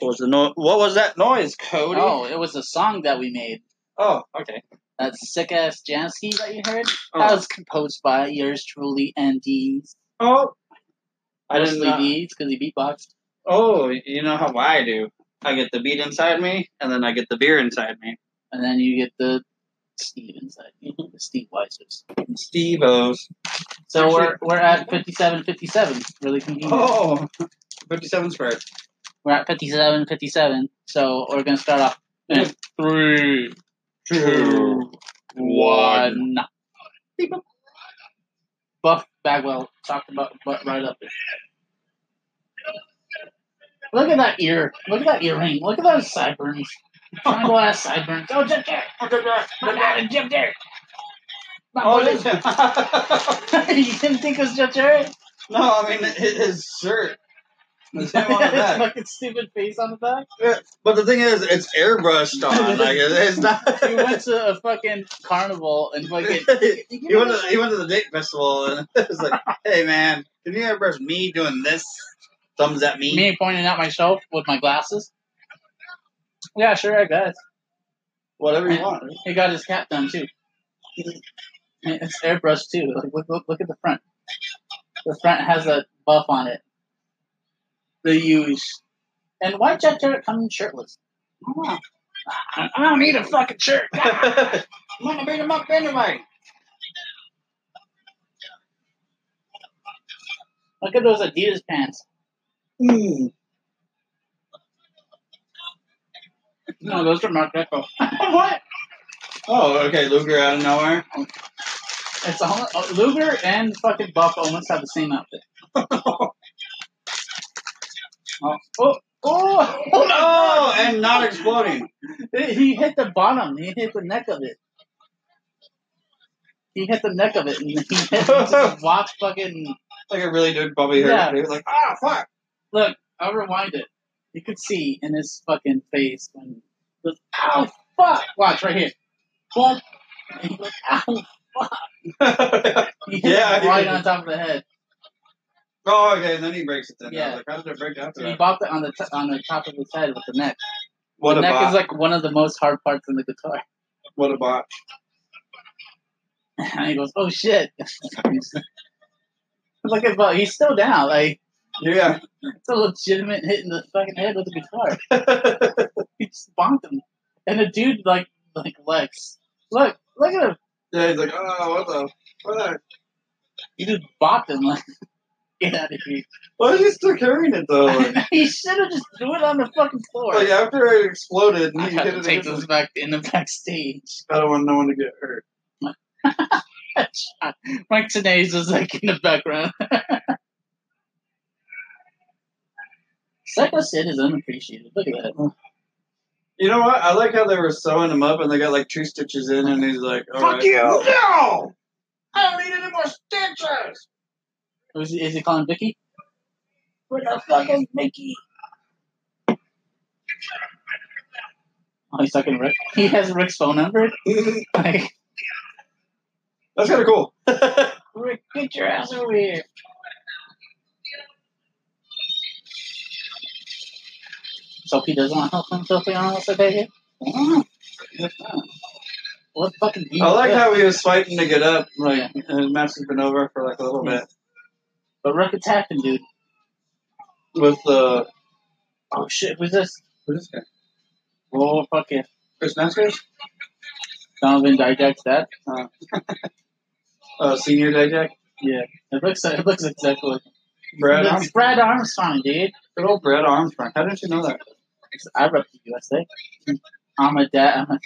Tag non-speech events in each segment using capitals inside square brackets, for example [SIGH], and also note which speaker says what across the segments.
Speaker 1: What was the no- What was that noise, Cody?
Speaker 2: Oh, it was a song that we made.
Speaker 1: Oh, okay.
Speaker 2: That sick ass Jansky that you heard. That
Speaker 1: Oh,
Speaker 2: was composed by yours truly and D's.
Speaker 1: oh. I didn't. uh,
Speaker 2: Mostly
Speaker 1: know-
Speaker 2: D's because he beatboxed.
Speaker 1: oh, you know how I do. I get the beat inside me, and then I get the beer inside me.
Speaker 2: And then you get the Steve inside. you, the Steve Weisers.
Speaker 1: Steve-O's.
Speaker 2: So we're we're at fifty seven fifty seven. Really convenient.
Speaker 1: Oh, 57 squared.
Speaker 2: We're at fifty seven fifty seven. So we're gonna start off in three, two, one. Buff Bagwell talked about butt right up. there. Look at that ear. Look at that earring. Look at those sideburns. Triangle ass sideburns. Oh, Jim Derrick. My man, Jim Derrick. My
Speaker 1: Oh,
Speaker 2: [LAUGHS] boy. you didn't think it was Jim Derrick?
Speaker 1: [LAUGHS] no, I mean, it- his shirt. It's him
Speaker 2: [LAUGHS]
Speaker 1: on the
Speaker 2: His
Speaker 1: back.
Speaker 2: fucking stupid face on the back.
Speaker 1: But the thing is, it's airbrushed on. Like, it- it's not.
Speaker 2: He went to a fucking carnival and fucking.
Speaker 1: [LAUGHS] he went to he went to the date festival and [LAUGHS] it was
Speaker 2: [LAUGHS]
Speaker 1: like, hey man, can you airbrush me doing this? Thumbs at me.
Speaker 2: me pointing out myself with my glasses. Yeah, sure, I guess.
Speaker 1: Whatever you
Speaker 2: [LAUGHS]
Speaker 1: want.
Speaker 2: He got his cap done too. It's airbrushed too. Like, look, look, look at the front. The front has a buff on it. The use. And why Jack Jarrett coming shirtless? I don't know. I I don't need a fucking shirt. God,
Speaker 1: I'm gonna beat him up anyway.
Speaker 2: Look at those Adidas pants.
Speaker 1: Mm.
Speaker 2: No, those are Mark Greco. what?
Speaker 1: [LAUGHS] Oh, okay, Luger out of nowhere. [LAUGHS]
Speaker 2: It's a whole- oh, Luger and fucking Buff almost have the same outfit. Oh, oh, oh,
Speaker 1: oh, and not exploding.
Speaker 2: He hit the bottom. He hit the neck of it. He hit the neck of it, and [LAUGHS] he just watched fucking.
Speaker 1: Like I really did probably hurt.
Speaker 2: Yeah.
Speaker 1: He was like, ah, fuck.
Speaker 2: Look, I'll rewind it. You could see in his fucking face when he goes, "Ow, fuck!" Watch right here. Boom. And he goes, "Ow!" He hit
Speaker 1: Yeah,
Speaker 2: yeah,
Speaker 1: he
Speaker 2: right
Speaker 1: did.
Speaker 2: on top of the head.
Speaker 1: [LAUGHS] oh, okay, and then he breaks it then. I
Speaker 2: Yeah.
Speaker 1: was like, how did it break after
Speaker 2: So he
Speaker 1: that?
Speaker 2: bopped it on the t- on the top of his head with the neck.
Speaker 1: What
Speaker 2: the
Speaker 1: a
Speaker 2: neck
Speaker 1: bot.
Speaker 2: is like one of the most hard parts in the guitar. [LAUGHS]
Speaker 1: what a bot.
Speaker 2: And he goes, "Oh shit!" [LAUGHS] Look at Bo. He's still down. Like
Speaker 1: Yeah. [LAUGHS]
Speaker 2: It's a legitimate hit in the fucking head with a guitar. [LAUGHS] He just bonked him. And the dude like like Lex. Look, look at him.
Speaker 1: yeah, he's like, oh, what the fuck?
Speaker 2: He just bopped him like [LAUGHS] get out of here. [LAUGHS]
Speaker 1: Why is he still carrying it though? Like,
Speaker 2: he should have just threw it on the fucking floor.
Speaker 1: Like after it exploded, and
Speaker 2: I
Speaker 1: he
Speaker 2: had
Speaker 1: hit
Speaker 2: to
Speaker 1: it
Speaker 2: take
Speaker 1: against
Speaker 2: this
Speaker 1: the-
Speaker 2: back in the backstage.
Speaker 1: I don't want no one to get hurt.
Speaker 2: Mike Tenay's is like in the background. [LAUGHS] Psycho Sid is unappreciated. Look at that.
Speaker 1: You know what? I like how they were sewing him up, and they got like two stitches in, and he's like, "All right."
Speaker 3: No! I don't need any more stitches!
Speaker 2: Is he, is he calling Vicky?
Speaker 3: Where the fuck is Mickey?
Speaker 2: Oh, he's talking to Rick. [LAUGHS] He has Rick's phone number. [LAUGHS] Like,
Speaker 1: [LAUGHS] That's kind of cool.
Speaker 2: Rick, get your ass over here. So if he doesn't want to help him, feel free on us today. Mm-hmm. What fucking do you
Speaker 1: I like
Speaker 2: do?
Speaker 1: how he was fighting to get up, like,
Speaker 2: Yeah.
Speaker 1: and the match has been over for like a little bit
Speaker 2: But Rick attacked him, dude.
Speaker 1: with the
Speaker 2: Oh shit, who's this?
Speaker 1: what is it?
Speaker 2: Oh fuck yeah.
Speaker 1: Chris Masters,
Speaker 2: Donovan Dijac's that?
Speaker 1: uh, senior day jack,
Speaker 2: Yeah. It looks it looks exactly like
Speaker 1: Brad
Speaker 2: It's
Speaker 1: Armstrong,
Speaker 2: Brad Armstrong, dude.
Speaker 1: good old Brad Armstrong. How didn't you know that?
Speaker 2: I rep the USA. I'm a dad I'm a,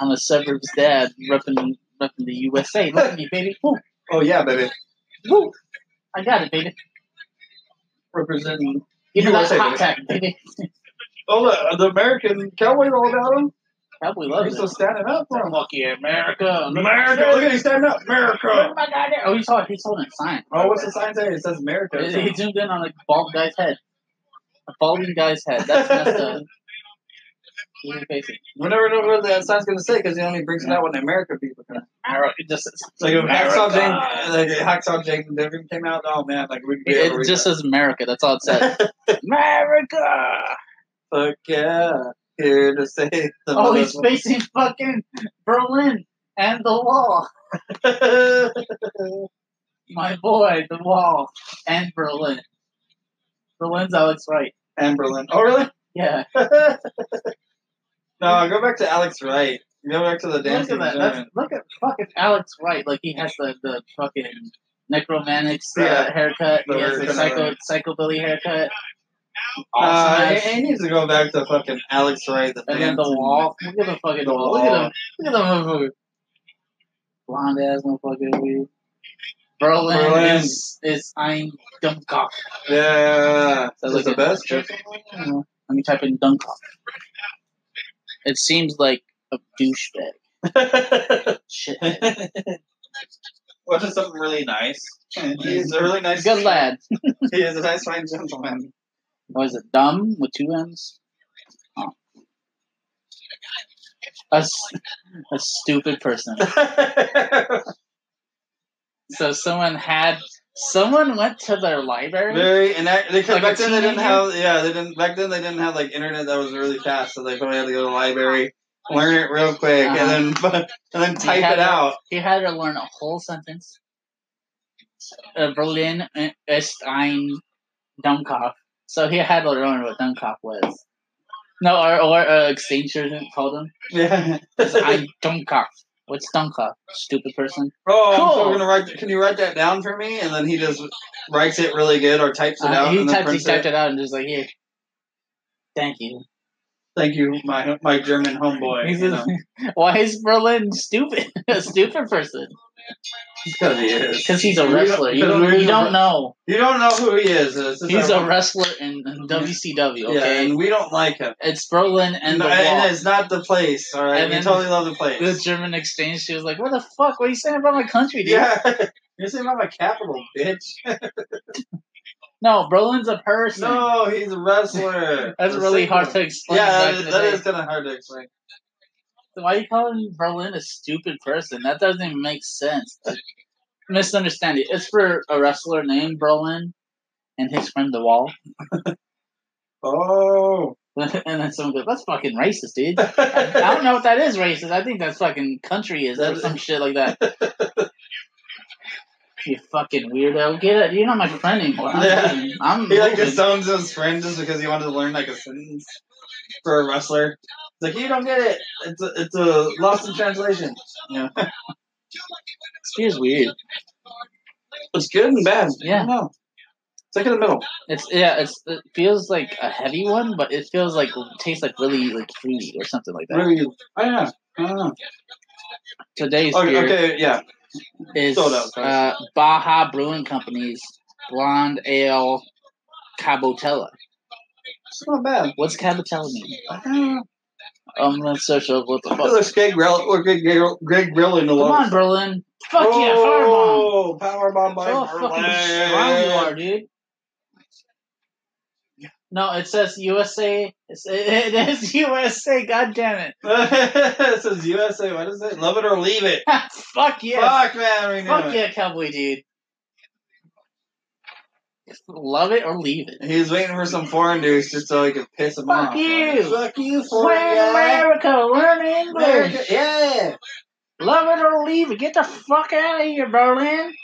Speaker 2: I'm a suburbs dad repping repping the USA. Look at me, baby. Woo,
Speaker 1: Oh yeah, baby,
Speaker 2: woo. I got it, baby.
Speaker 1: representing.
Speaker 2: Give me that
Speaker 1: USA,
Speaker 2: hot
Speaker 1: baby.
Speaker 2: tag, baby.
Speaker 1: Oh, the, the American cowboy rolled out him.
Speaker 2: Probably
Speaker 1: He's
Speaker 2: loves
Speaker 1: still
Speaker 2: it.
Speaker 1: standing up. For him.
Speaker 2: Fuck yeah, America.
Speaker 1: America, look at he's standing up. America.
Speaker 2: Oh my god, there- oh, he's holding, he's holding a sign.
Speaker 1: Oh, what's the sign say? It says America.
Speaker 2: He he zoomed in on a bald guy's head. A balding guy's head. That's messed
Speaker 1: [LAUGHS]
Speaker 2: up. Look at his face.
Speaker 1: We never know what that sign's gonna say because he only brings it out when the America people come.
Speaker 2: Arrow- It just,
Speaker 1: It's like if Hacksaw
Speaker 2: America.
Speaker 1: Jane, like if Hacksaw Jane and everything came out. Oh man, like we could be
Speaker 2: it just says America. That's all it says.
Speaker 1: [LAUGHS]
Speaker 2: America!
Speaker 1: Fuck yeah. Here to save the
Speaker 2: Oh, he's facing fucking Berlin and the wall. [LAUGHS] My boy, the wall and Berlin. Berlin's Alex Wright.
Speaker 1: and Berlin. Oh, really? [LAUGHS]
Speaker 2: Yeah.
Speaker 1: no, go back to Alex Wright. Go back to the dancing
Speaker 2: look at that.
Speaker 1: giant.
Speaker 2: That's- Look at fucking Alex Wright. Like he has the, the fucking necromantics uh,
Speaker 1: Yeah.
Speaker 2: haircut.
Speaker 1: The
Speaker 2: he has the
Speaker 1: haircut,
Speaker 2: psycho
Speaker 1: right.
Speaker 2: psychobilly haircut.
Speaker 1: Uh,
Speaker 2: Awesomeness.
Speaker 1: he he needs to go back to fucking Alex Wright. The
Speaker 2: and then the
Speaker 1: dancing-
Speaker 2: wall. Look at the fucking
Speaker 1: The
Speaker 2: wall. Look at
Speaker 1: wall.
Speaker 2: him. Look at the motherfucker. Blonde ass motherfucker. dude. Berlin,
Speaker 1: Berlin.
Speaker 2: is is I'm Dummkopf.
Speaker 1: Yeah,
Speaker 2: Sounds
Speaker 1: that's
Speaker 2: like
Speaker 1: the
Speaker 2: it.
Speaker 1: best.
Speaker 2: [LAUGHS] I don't know. Let me type in Dummkopf. It seems like a douchebag. Shit. [LAUGHS]
Speaker 1: What is something really
Speaker 2: [LAUGHS]
Speaker 1: nice? He's a really nice.
Speaker 2: Good lad.
Speaker 1: [LAUGHS] He is a nice, fine gentleman.
Speaker 2: Was it dumb with two M's? Oh. A, s- a stupid person. [LAUGHS] So someone had someone went to their library.
Speaker 1: Very and that, because
Speaker 2: Like a
Speaker 1: back then they didn't
Speaker 2: teenager?
Speaker 1: have yeah they didn't back then they didn't have like internet that was really fast so they probably had to go to the library learn it real quick and then [LAUGHS] and then type
Speaker 2: had
Speaker 1: it
Speaker 2: to-
Speaker 1: out. [LAUGHS]
Speaker 2: He had to learn a whole sentence. Uh, Berlin ist ein Dummkopf. So he had to learn what Dummkopf was. No, or, or uh, exchange student told him,
Speaker 1: Yeah.
Speaker 2: "It's ein Dummkopf. What's Dummkopf? Stupid person.
Speaker 1: [LAUGHS] Oh,
Speaker 2: Cool.
Speaker 1: so we're gonna write. Can you write that down for me? And then he just writes it really good or types it
Speaker 2: Uh,
Speaker 1: out
Speaker 2: he
Speaker 1: and then
Speaker 2: typed, he
Speaker 1: prints
Speaker 2: typed
Speaker 1: it.
Speaker 2: it out and just like, here. Thank you.
Speaker 1: Thank you, my my German homeboy.
Speaker 2: He
Speaker 1: you
Speaker 2: says, Why is Berlin stupid? [LAUGHS] a stupid person.
Speaker 1: Because he is.
Speaker 2: [LAUGHS] Because he's a
Speaker 1: You don't-
Speaker 2: wrestler. You
Speaker 1: because
Speaker 2: don't,
Speaker 1: he's a
Speaker 2: you don't
Speaker 1: wre-
Speaker 2: know.
Speaker 1: You don't know who he is. This is
Speaker 2: He's
Speaker 1: our-
Speaker 2: a wrestler in in WCW,
Speaker 1: Yeah,
Speaker 2: okay?
Speaker 1: and we don't like him.
Speaker 2: It's Berlin and
Speaker 1: And,
Speaker 2: the
Speaker 1: and
Speaker 2: wall.
Speaker 1: it's not the place. All right,
Speaker 2: And
Speaker 1: we
Speaker 2: then-
Speaker 1: totally love the
Speaker 2: The
Speaker 1: [LAUGHS] place.
Speaker 2: German exchange, she was like, What the fuck? What are you saying about my country, dude? [LAUGHS]
Speaker 1: Yeah, you're saying about my capital, bitch.
Speaker 2: No, Berlin's a person.
Speaker 1: No, he's a wrestler.
Speaker 2: [LAUGHS] That's
Speaker 1: The
Speaker 2: really hard
Speaker 1: single-
Speaker 2: to explain.
Speaker 1: Yeah, that
Speaker 2: back in
Speaker 1: is,
Speaker 2: the
Speaker 1: that
Speaker 2: day.
Speaker 1: is kind of hard to explain.
Speaker 2: So Why are you calling Berlin a stupid person? That doesn't even make sense. Misunderstanding. It's for a wrestler named Berlin and his friend The Wall. [LAUGHS]
Speaker 1: Oh, [LAUGHS]
Speaker 2: and then someone goes, "That's fucking racist, dude." I don't know what that is racist. I think that's fucking country is or
Speaker 1: That-
Speaker 2: some shit like that. you fucking weirdo. Get it. You're not my friend anymore. I'm
Speaker 1: Yeah.
Speaker 2: leaving. I'm
Speaker 1: He like
Speaker 2: moving.
Speaker 1: disowns his friend just because he wanted to learn like a sentence for a wrestler. It's like you don't get it. It's a, it's a lost in translation. Yeah,
Speaker 2: Here's weird.
Speaker 1: it's good and bad.
Speaker 2: Yeah.
Speaker 1: no, it's like in the middle.
Speaker 2: It's yeah. It's it feels like a heavy one, but it feels like tastes like really like fruity or something like that.
Speaker 1: Really, I don't know. I don't know.
Speaker 2: Today's
Speaker 1: Okay,
Speaker 2: beer
Speaker 1: okay, yeah.
Speaker 2: is
Speaker 1: sold out, guys.
Speaker 2: uh, Baja Brewing Company's Blonde Ale Cabotella.
Speaker 1: It's not bad.
Speaker 2: What's Cabotella mean?
Speaker 1: I don't know.
Speaker 2: I'm gonna search up what the
Speaker 1: It
Speaker 2: fuck.
Speaker 1: looks Greg Grill or Greg Grill, Greg Grill in the
Speaker 2: Come on, Berlin. Fuck yeah, Firebomb.
Speaker 1: oh, Powerbomb by
Speaker 2: Oh, fucking strong you are,
Speaker 1: Berlin.
Speaker 2: dude. No, it says USA. It's, it, it is [LAUGHS] USA. God damn it!
Speaker 1: [LAUGHS] this is USA. What is it? Love it or leave it.
Speaker 2: [LAUGHS] Fuck yeah!
Speaker 1: Fuck man, we knew
Speaker 2: Fuck
Speaker 1: it.
Speaker 2: yeah, cowboy dude. Love it or leave it.
Speaker 1: He was waiting for some foreign dudes just so he could piss him
Speaker 2: Fuck
Speaker 1: off.
Speaker 2: you.
Speaker 1: Fuck you,
Speaker 2: We're
Speaker 1: foreign
Speaker 2: in
Speaker 1: guy.
Speaker 2: America. Learn English.
Speaker 1: America- Yeah.
Speaker 2: Love it or leave it. Get the fuck out of here, Berlin.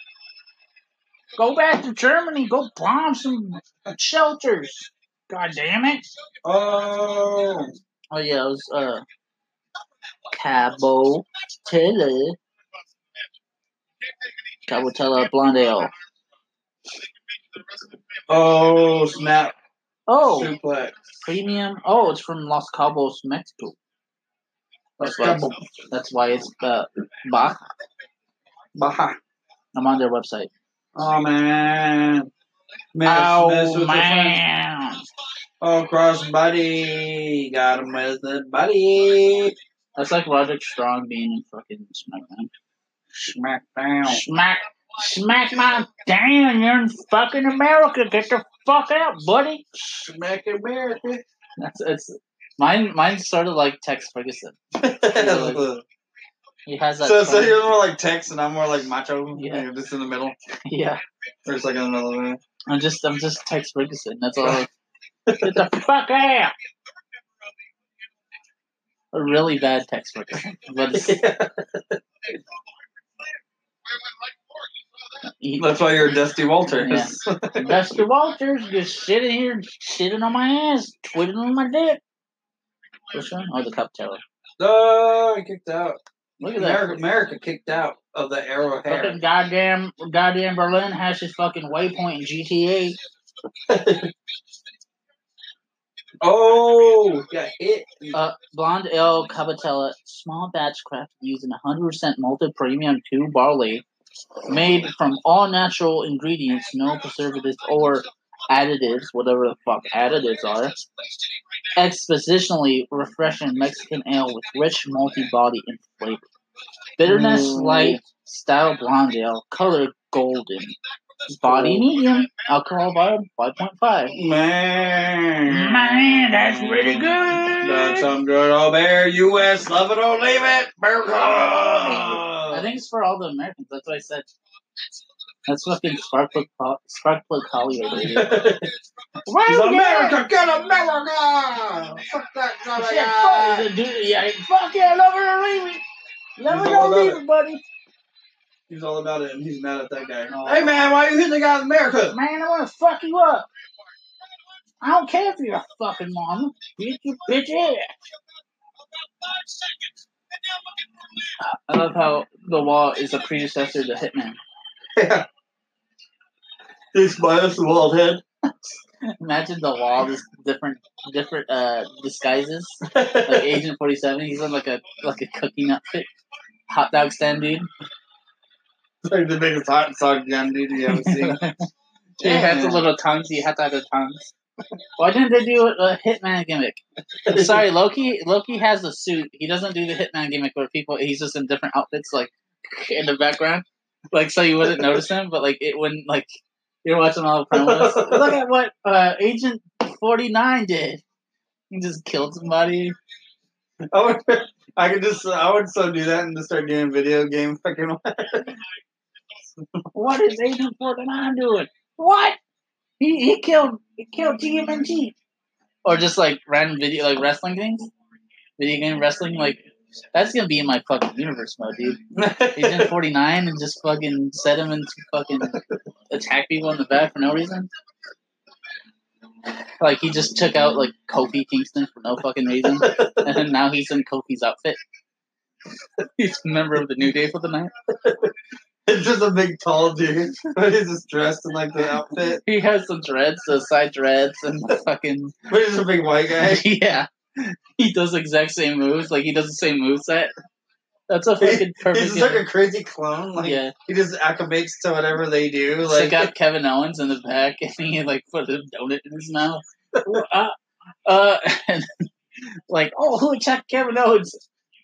Speaker 2: Go back to Germany. Go bomb some uh, shelters. God damn it.
Speaker 1: Oh.
Speaker 2: Oh yeah, it was uh Cabo Tele. Cabo Tele Blonde Ale.
Speaker 1: Oh, snap.
Speaker 2: Oh,
Speaker 1: Suplex.
Speaker 2: premium. Oh, it's from Los Cabos, Mexico. That's why. It's, that's why it's uh, Bach.
Speaker 1: Baha.
Speaker 2: I'm on their website.
Speaker 1: Oh, man. Miss, miss with
Speaker 2: Oh
Speaker 1: the friend.
Speaker 2: man,
Speaker 1: Oh, crossbody. Got him with the buddy.
Speaker 2: that's like Roderick Strong being in fucking SmackDown.
Speaker 1: Smackdown.
Speaker 2: Smack, smack my damn! You're in fucking America. Get the fuck out, buddy.
Speaker 1: Smack America.
Speaker 2: That's it's mine. Mine's sort of like Tex Ferguson.
Speaker 1: so,
Speaker 2: He has that.
Speaker 1: [LAUGHS] so
Speaker 2: tone.
Speaker 1: you're more like Tex and I'm more like macho.
Speaker 2: Yeah.
Speaker 1: You're just in the middle.
Speaker 2: yeah,
Speaker 1: Or it's like in the
Speaker 2: [LAUGHS]
Speaker 1: middle. [LAUGHS]
Speaker 2: I'm just I'm just Tex Ferguson. That's all. Get the fuck out! A really bad textbook,
Speaker 1: [LAUGHS]
Speaker 2: but it's, he,
Speaker 1: That's why you're Dusty Walters.
Speaker 2: Dusty Walters just sitting here, sitting on my ass, twiddling on my dick. Which one? Oh, the cup tower.
Speaker 1: [LAUGHS] oh, he kicked out.
Speaker 2: Look at that.
Speaker 1: America, America kicked out of the Arrow
Speaker 2: Fucking
Speaker 1: hair.
Speaker 2: goddamn, goddamn Berlin has his fucking waypoint in GTA.
Speaker 1: Oh, got hit.
Speaker 2: Uh, Blonde Ale Cabatella, small batch craft using 100% malted premium 2 barley, made from all natural ingredients, no preservatives or additives, whatever the fuck additives are. Expositionally refreshing Mexican ale with rich multi body and flavor. Bitterness
Speaker 1: Mm.
Speaker 2: light, style blonde ale, color golden. Body medium, alcohol by 5.5.
Speaker 1: Man.
Speaker 2: Man, that's really good.
Speaker 1: That's some good old bear. U.S. Love it or leave it. Burger.
Speaker 2: I think it's for all the Americans. That's what I said. That's fucking Sparkplug Col- Sparkplug Collier,
Speaker 1: [LAUGHS]
Speaker 2: baby.
Speaker 1: Oh He's
Speaker 2: Wow, yeah.
Speaker 1: America. Get America. Fuck that
Speaker 2: Shit,
Speaker 1: other
Speaker 2: fuck,
Speaker 1: guy.
Speaker 2: is it dude? Yeah, fuck yeah, love it or leave it. Love
Speaker 1: He's
Speaker 2: it
Speaker 1: all
Speaker 2: or
Speaker 1: about
Speaker 2: leave it, buddy.
Speaker 1: He's all about it, and he's mad at that guy.
Speaker 2: No.
Speaker 1: Hey, man, why you hitting the guy in America?
Speaker 2: Man, I wanna fuck you up. I don't care if you're a fucking mama. Get your bitch ass. I love how the law is a predecessor to Hitman.
Speaker 1: He's minus the bald head.
Speaker 2: Imagine the law, just different, different uh disguises. like Agent Forty Seven. He's on like a like a cooking outfit, hot dog stand dude.
Speaker 1: like the biggest hot dog gun dude you ever [LAUGHS] seen.
Speaker 2: He has a little tongue, so you have to have the tongues. Why didn't they do a hitman gimmick? I'm sorry, Loki. Loki has a suit. He doesn't do the hitman gimmick where people. He's just in different outfits, like [LAUGHS] in the background, like so you wouldn't notice him. But like it wouldn't like you're watching all the promos. Look at what uh, Agent Forty Nine did. He just killed somebody.
Speaker 1: I would, I could just, I would so do that and just start doing video game fucking.
Speaker 2: What is Agent Forty Nine doing? What? He he killed he killed TMNT. Or just like random video like wrestling things, video game wrestling. Like that's gonna be in my fucking universe mode, dude.
Speaker 1: [LAUGHS]
Speaker 2: Agent Forty Nine and just fucking set him into fucking attack people in the back for no reason. Like he just took out like Kofi Kingston for no fucking reason, [LAUGHS] and then now he's in Kofi's outfit. [LAUGHS] He's a member of the New Day for the night.
Speaker 1: it's just a big tall dude, but he's just dressed in like the outfit.
Speaker 2: He has some dreads, those side dreads, and fucking
Speaker 1: But he's a big white guy.
Speaker 2: [LAUGHS] yeah. He does the exact same moves. Like he does the same moveset. That's a
Speaker 1: He-
Speaker 2: fucking perfect.
Speaker 1: He's just like a crazy clone. Like
Speaker 2: yeah,
Speaker 1: he just acclimates to whatever they do.
Speaker 2: so
Speaker 1: Like [LAUGHS]
Speaker 2: got Kevin Owens in the back, and he like put a donut in his mouth. uh, uh, [LAUGHS] and like, oh, who attacked Kevin Owens?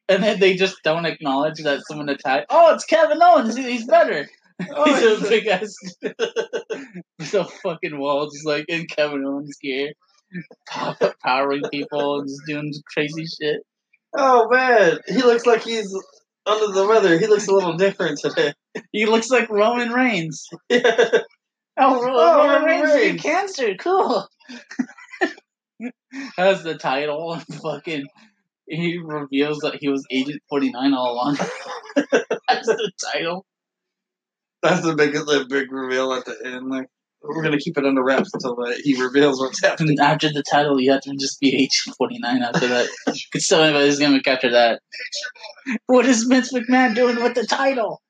Speaker 2: And then they just don't acknowledge that someone attacked. Oh, it's Kevin Owens. he- He's better. [LAUGHS] He's a
Speaker 1: Oh,
Speaker 2: big ass. [LAUGHS] He's a fucking wall, just like in Kevin Owens gear, pow- powering people and just doing crazy shit.
Speaker 1: oh man, he looks like he's under the weather. He looks a little different today. [LAUGHS]
Speaker 2: He looks like Roman Reigns.
Speaker 1: Yeah.
Speaker 2: Oh, Ro-
Speaker 1: Oh,
Speaker 2: Roman,
Speaker 1: Roman
Speaker 2: Reigns, you
Speaker 1: Reigns.
Speaker 2: cancer. Cool. [LAUGHS] That's the title. and Fucking. He reveals that he was Agent 49 all along. [LAUGHS] That's the title.
Speaker 1: That's the biggest, the big reveal at the end. Like we're gonna keep it under wraps until uh, he reveals what's happening.
Speaker 2: And after the title, you have to just be Agent 49 after that. [LAUGHS] Because so anybody's going to look after that. What is Vince McMahon doing with the title?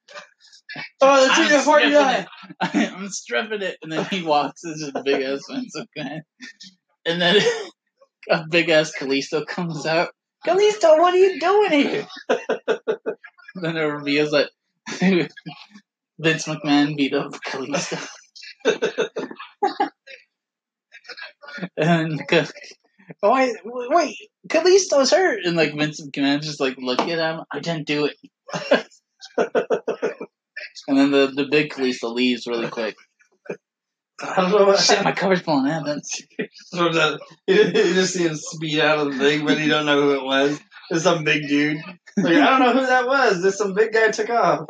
Speaker 1: Oh, that's
Speaker 2: I'm
Speaker 1: Agent Forty Nine.
Speaker 2: stripping it. [LAUGHS] I'm stripping it. And then he walks. It's just big ass Vince McMahon. And then [LAUGHS] a big ass Kalisto comes out. Kalisto, what are you doing here? [LAUGHS] then it reveals that [LAUGHS] Vince McMahon beat up Kalisto. [LAUGHS] and Ka- why? Wait, Kalisto's hurt. And like Vince McMahon's just like, look at him. I didn't do it. and then the, the big Kalisto leaves really quick.
Speaker 1: I don't know what
Speaker 2: Oh, Shit,
Speaker 1: happened.
Speaker 2: my cover's blown out. That's
Speaker 1: From the, [LAUGHS] you just see him speed out of the thing, but you don't know who it was. It's some big dude. Like I don't know who that was. Just some big guy took off.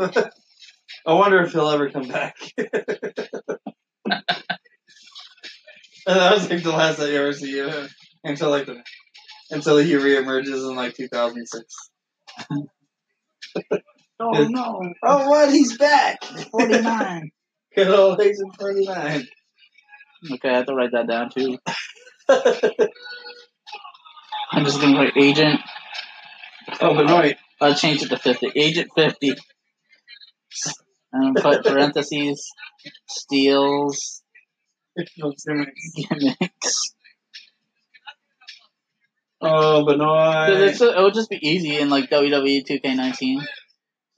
Speaker 1: [LAUGHS] I wonder if he'll ever come back. [LAUGHS] and that was like the last I ever see him until like the until he reemerges in like 2006.
Speaker 2: Oh no,
Speaker 1: Oh, what? He's back!
Speaker 2: 49.
Speaker 1: [LAUGHS] Good old Agent 39.
Speaker 2: okay, I have to write that down too. I'm just gonna write agent.
Speaker 1: oh, but wait.
Speaker 2: I'll change it to 50. Agent 50. And put parentheses, steals, gimmicks.
Speaker 1: Oh,
Speaker 2: Because
Speaker 1: Benoit.
Speaker 2: it's so- it would just be easy in like E WWE 2K19. Because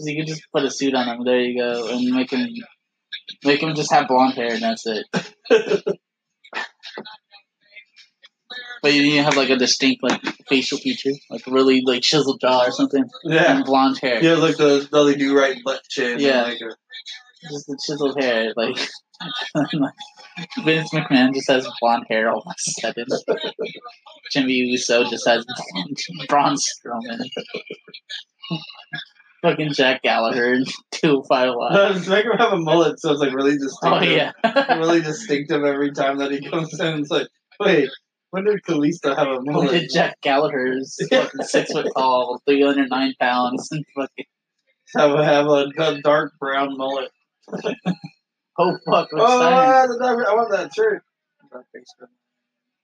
Speaker 2: you could just put a suit on him. There you go, and make him make him just have blonde hair, and
Speaker 1: [LAUGHS]
Speaker 2: that's it. But you need to have like a distinct like facial feature, like really like chiseled jaw or something,
Speaker 1: Yeah.
Speaker 2: and blonde hair.
Speaker 1: Yeah, like the Dolly Do Right butt chin.
Speaker 2: Yeah.
Speaker 1: Like a,
Speaker 2: Just the chiseled hair, like. [LAUGHS] Vince McMahon just has blonde hair all of a sudden. Jimmy Uso just has Braun Strowman. Fucking Jack Gallagher and 205
Speaker 1: [LAUGHS]
Speaker 2: Live.
Speaker 1: No, just make him have a mullet so it's like really distinctive.
Speaker 2: Oh, yeah. [LAUGHS]
Speaker 1: really distinctive every time that he comes in. It's like, wait, when did Kalisto have a
Speaker 2: Look
Speaker 1: mullet?
Speaker 2: at Jack Gallagher's fucking six foot tall, 309 pounds, and fucking,
Speaker 1: Have a, have a, a dark brown mullet.
Speaker 2: oh fuck, Rick
Speaker 1: Oh,
Speaker 2: Steiner.
Speaker 1: the dark- I want that shirt.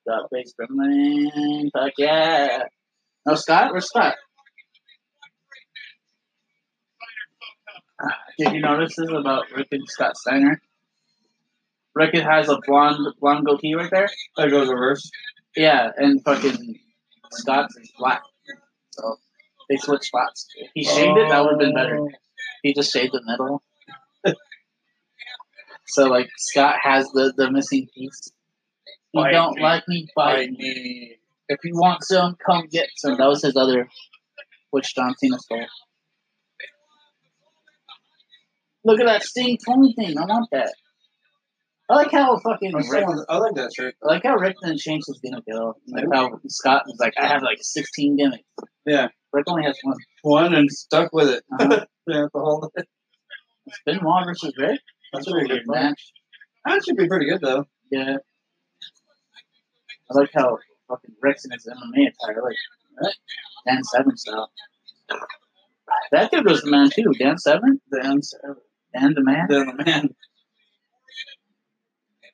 Speaker 2: Got face from man, fuck yeah. No, Scott? Where's Scott? Ah, Did you notice this about Rick and Scott Steiner? Rick has a blonde blonde goatee right there.
Speaker 1: That goes reverse.
Speaker 2: Yeah, and fucking Scott's is black. So they switch spots. If he shaved it, that would have been better. He just shaved the middle. [LAUGHS] so like Scott has the, the missing piece. You
Speaker 1: Bite
Speaker 2: don't
Speaker 1: me.
Speaker 2: like me, bite me. If you want some, come get some. That was his other, which John Cena stole. Look at that Sting Tony thing. I want that. I like how fucking
Speaker 1: Or
Speaker 2: Rick-
Speaker 1: someone- I like that shirt.
Speaker 2: I like how Rick didn't change his gimmick at all. Like how Scott was like, I have like 16 gimmicks.
Speaker 1: Yeah.
Speaker 2: Rick only has one.
Speaker 1: One and stuck with it.
Speaker 2: Uh-huh.
Speaker 1: [LAUGHS] yeah, the whole
Speaker 2: It's Benoit versus Rick.
Speaker 1: That's a pretty good fight.
Speaker 2: match.
Speaker 1: That should be pretty good though.
Speaker 2: Yeah. I like how fucking Rick's in his MMA attire. Like, what? Dan Severn style. That dude was the man too. Dan Severn?
Speaker 1: Dan Severn.
Speaker 2: Dan the man?
Speaker 1: Then the man.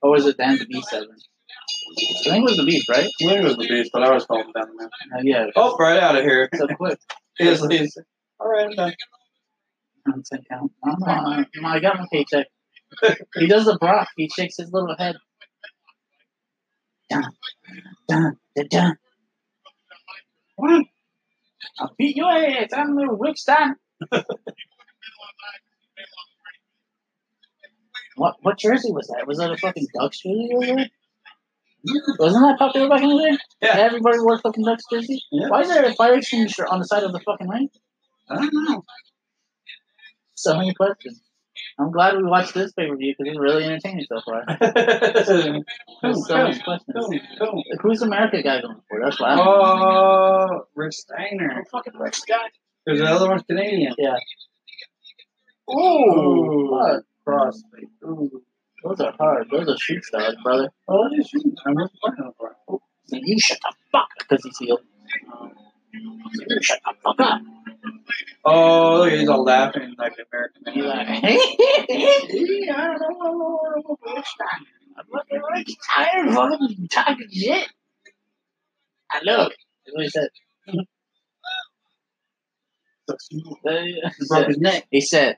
Speaker 2: Or was it Dan the B Severn? I think it was the Beast, right?
Speaker 1: Well, it was the beast, but I was calling him Dan the man.
Speaker 2: Uh, yeah.
Speaker 1: Oh, right out of here.
Speaker 2: So quick.
Speaker 1: Yes, please. All right, I'm done.
Speaker 2: I'm saying, I'm on, I'm on, I got my paycheck. [LAUGHS] he does the Brock. He shakes his little head. Dun, dun, dun, dun. What? I'll beat your ass. I'm little Rick Stein. [LAUGHS] what what jersey was that? Was that a fucking Ducks jersey? over there? Wasn't that popular back in the day?
Speaker 1: Yeah.
Speaker 2: Everybody wore fucking Ducks jersey.
Speaker 1: Yeah.
Speaker 2: Why is there a fire extinguisher on the side of the fucking ring?
Speaker 1: I don't know.
Speaker 2: So many questions. I'm glad we watched this pay per view because it's really entertaining so [LAUGHS] far.
Speaker 1: [LAUGHS]
Speaker 2: There's so many questions.
Speaker 1: Boom, boom.
Speaker 2: Who's America guy going for? That's why. I'm
Speaker 1: Oh, Rick Steiner.
Speaker 2: fucking rich guy.
Speaker 1: There's another one Canadian.
Speaker 2: Yeah.
Speaker 1: Ooh,
Speaker 2: Fuck.
Speaker 1: Crosby. Ooh.
Speaker 2: Those are hard. Those are shoot stars, brother.
Speaker 1: Oh, it is you. I'm just looking for it.
Speaker 2: So you shut the fuck because he's healed. So Oh. you shut the fuck up.
Speaker 1: Oh, look, he's all laughing like an American.
Speaker 2: And you're
Speaker 1: man.
Speaker 2: like, [LAUGHS] I don't know. Rich guy. I'm fucking rich, tired, fucking talking shit. I look. That's what he said.
Speaker 1: He broke his neck.
Speaker 2: He said,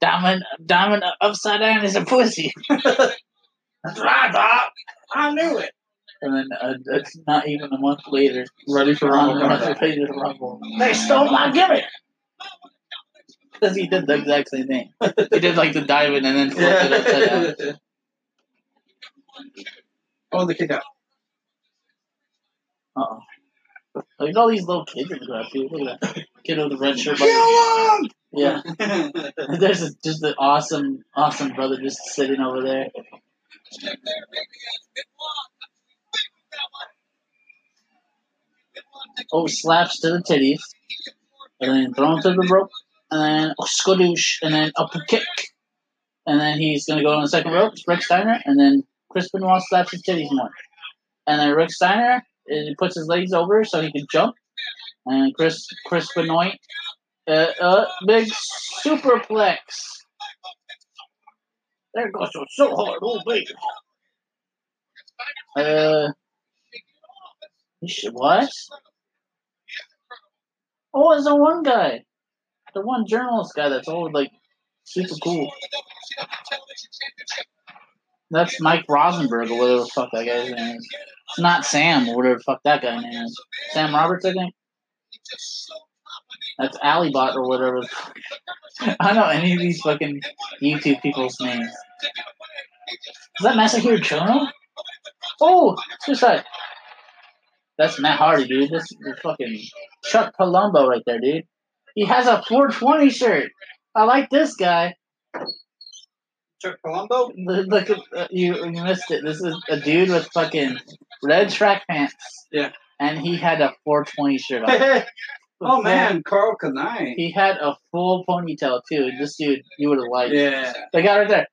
Speaker 2: "Diamond, diamond upside down is a pussy."
Speaker 1: [LAUGHS] That's right, Bob. I knew it.
Speaker 2: And then uh, that's not even a month later,
Speaker 1: Ready for Rumble.
Speaker 2: Ronda
Speaker 1: comeback.
Speaker 2: Rousey to Rumble. They stole my gimmick. Because he did the exact same thing. He did like the diving and then flipped it upside down.
Speaker 1: Yeah. [LAUGHS] Oh, the kick out.
Speaker 2: Uh oh. Look at all these little kids in the crowd too. Look at that kid with the red shirt. Yeah. [LAUGHS] There's a, just an awesome, awesome brother just sitting over there. Oh, slaps to the titties, and then thrown to the rope, and then oh, skadoosh, and then up a kick, and then he's gonna go on the second rope. Rick Steiner, and then Chris Benoit slaps his titties more, and then Rick Steiner and he puts his legs over so he can jump. And Chris Chris Benoit, uh, uh, big superplex. There goes your so hard, oh baby. Uh, you should what? Oh, it's the one guy, the one journalist guy that's all like super cool. That's Mike Rosenberg or whatever the fuck that guy's name is. It's not Sam or whatever the fuck that guy's name is. Sam Roberts, I think. That's Alibot or whatever. I don't know any of these fucking YouTube people's names. Is that Masahiro Chono? Oh, suicide. That's Matt Hardy, dude. That's the fucking Chuck Palumbo right there, dude. He has a 420 shirt. I like this guy.
Speaker 1: [LAUGHS] Chuck Palumbo? [LAUGHS]
Speaker 2: Look, look at- uh, you, you missed it. This is a dude with fucking red track pants.
Speaker 1: Yeah.
Speaker 2: And he had a 420 shirt on.
Speaker 1: [LAUGHS] oh man, Carl Kanai.
Speaker 2: He had a full ponytail too. This dude, you would have liked.
Speaker 1: Yeah.
Speaker 2: The guy right there.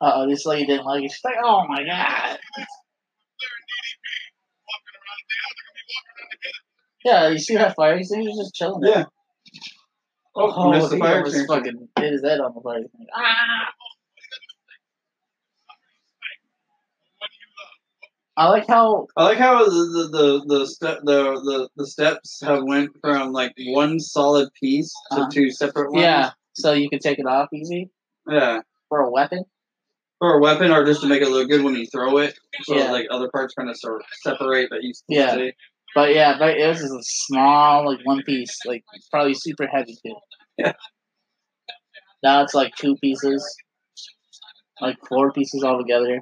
Speaker 2: Uh oh, this lady didn't like it. She's like, oh my god. Yeah, you see that fire extinguisher He's just chilling there.
Speaker 1: Yeah. Oh,
Speaker 2: Oh,
Speaker 1: missed the
Speaker 2: he
Speaker 1: fire
Speaker 2: almost
Speaker 1: extinguisher.
Speaker 2: fucking hit his head on the fire extinguisher. Ah! I like how
Speaker 1: I like how the the the the, step, the the the steps have went from like one solid piece to
Speaker 2: Uh-huh.
Speaker 1: two separate ones.
Speaker 2: yeah, so you can take it off easy
Speaker 1: Yeah.
Speaker 2: for a weapon.
Speaker 1: Or a weapon, or just to make it look good when you throw it, so
Speaker 2: Yeah.
Speaker 1: like other parts kind of sort separate, but you still
Speaker 2: Yeah.
Speaker 1: see.
Speaker 2: But yeah, but it was just a small, like one piece, like probably super heavy too.
Speaker 1: Yeah.
Speaker 2: Now it's like two pieces, like four pieces all together.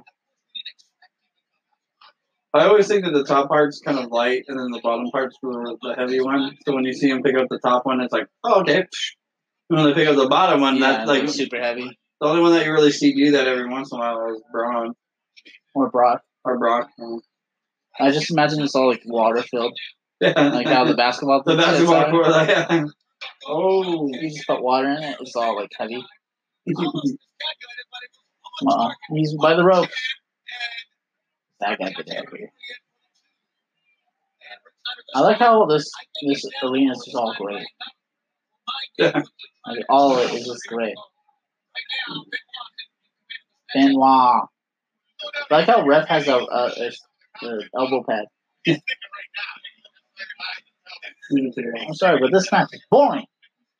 Speaker 1: I always think that the top part's kind of light, and then the bottom part's the, the heavy one. So when you see them pick up the top one, it's like, oh, okay. And when they pick up the bottom one, that
Speaker 2: yeah,
Speaker 1: like
Speaker 2: like super heavy.
Speaker 1: the only one that you really see do that every once in a while is Braun
Speaker 2: Or broad.
Speaker 1: or Brock. [LAUGHS]
Speaker 2: I just imagine it's all like water filled,
Speaker 1: Yeah,
Speaker 2: like how
Speaker 1: [LAUGHS]
Speaker 2: the basketball.
Speaker 1: the
Speaker 2: thing sits
Speaker 1: basketball
Speaker 2: on.
Speaker 1: court. Like, yeah. Oh,
Speaker 2: You just put water in it. It's all like heavy. Uh-uh. He's by the rope. That guy did that here. I like how this this arena is just all great.
Speaker 1: Yeah.
Speaker 2: Like all of it is just great. Benoit. I like how Ref has a, a, a, a elbow pad. I'm sorry, but this match is boring.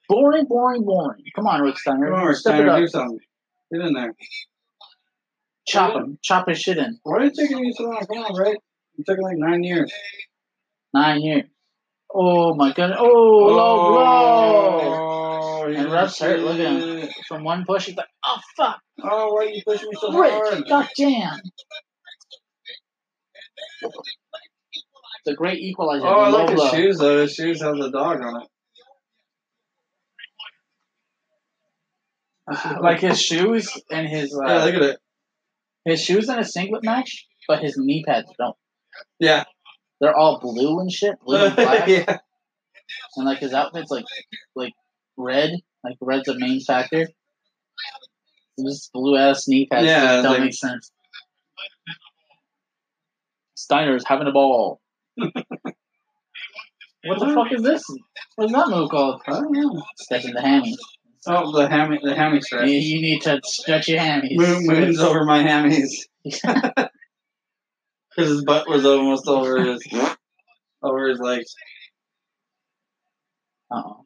Speaker 2: Boring, boring, boring. Come on, Rick Steiner.
Speaker 1: Come on,
Speaker 2: Step
Speaker 1: Steiner,
Speaker 2: it
Speaker 1: do
Speaker 2: up.
Speaker 1: something. Get in there.
Speaker 2: Chop him. Chop his shit in.
Speaker 1: Why are you taking you so long? Come on, right? It took like nine years.
Speaker 2: Nine years. Oh my goodness. Oh, low blow.
Speaker 1: Oh,
Speaker 2: And Russ hurt, look at him. From one push, he's like, oh fuck,
Speaker 1: Oh, why are you pushing me so
Speaker 2: Rick,
Speaker 1: hard?
Speaker 2: goddamn. The great equalizer.
Speaker 1: Oh, I
Speaker 2: the
Speaker 1: like
Speaker 2: low
Speaker 1: his
Speaker 2: blow.
Speaker 1: shoes though. His shoes have the dog on it.
Speaker 2: [SIGHS] Like his shoes and his uh,
Speaker 1: Yeah, look at
Speaker 2: [LAUGHS]
Speaker 1: it.
Speaker 2: his shoes in a singlet match, but his knee pads don't.
Speaker 1: Yeah.
Speaker 2: They're all blue and shit,
Speaker 1: [LAUGHS]
Speaker 2: blue and black,
Speaker 1: yeah.
Speaker 2: and like his outfit's like like red, like red's a main factor. This blue ass knee pads
Speaker 1: Yeah,
Speaker 2: just don't
Speaker 1: like-
Speaker 2: make sense. Steiner's having
Speaker 1: [LAUGHS]
Speaker 2: a ball. what the fuck is this? What's that move called?
Speaker 1: I don't know.
Speaker 2: Stretching the hammy.
Speaker 1: Oh, the hammy, the hammy
Speaker 2: You,
Speaker 1: stretch.
Speaker 2: you need to stretch your hammies.
Speaker 1: Moon,
Speaker 2: [LAUGHS]
Speaker 1: moons over my hammies. [LAUGHS] Because his butt was almost over
Speaker 2: [LAUGHS]
Speaker 1: his over his legs.
Speaker 2: Uh-oh.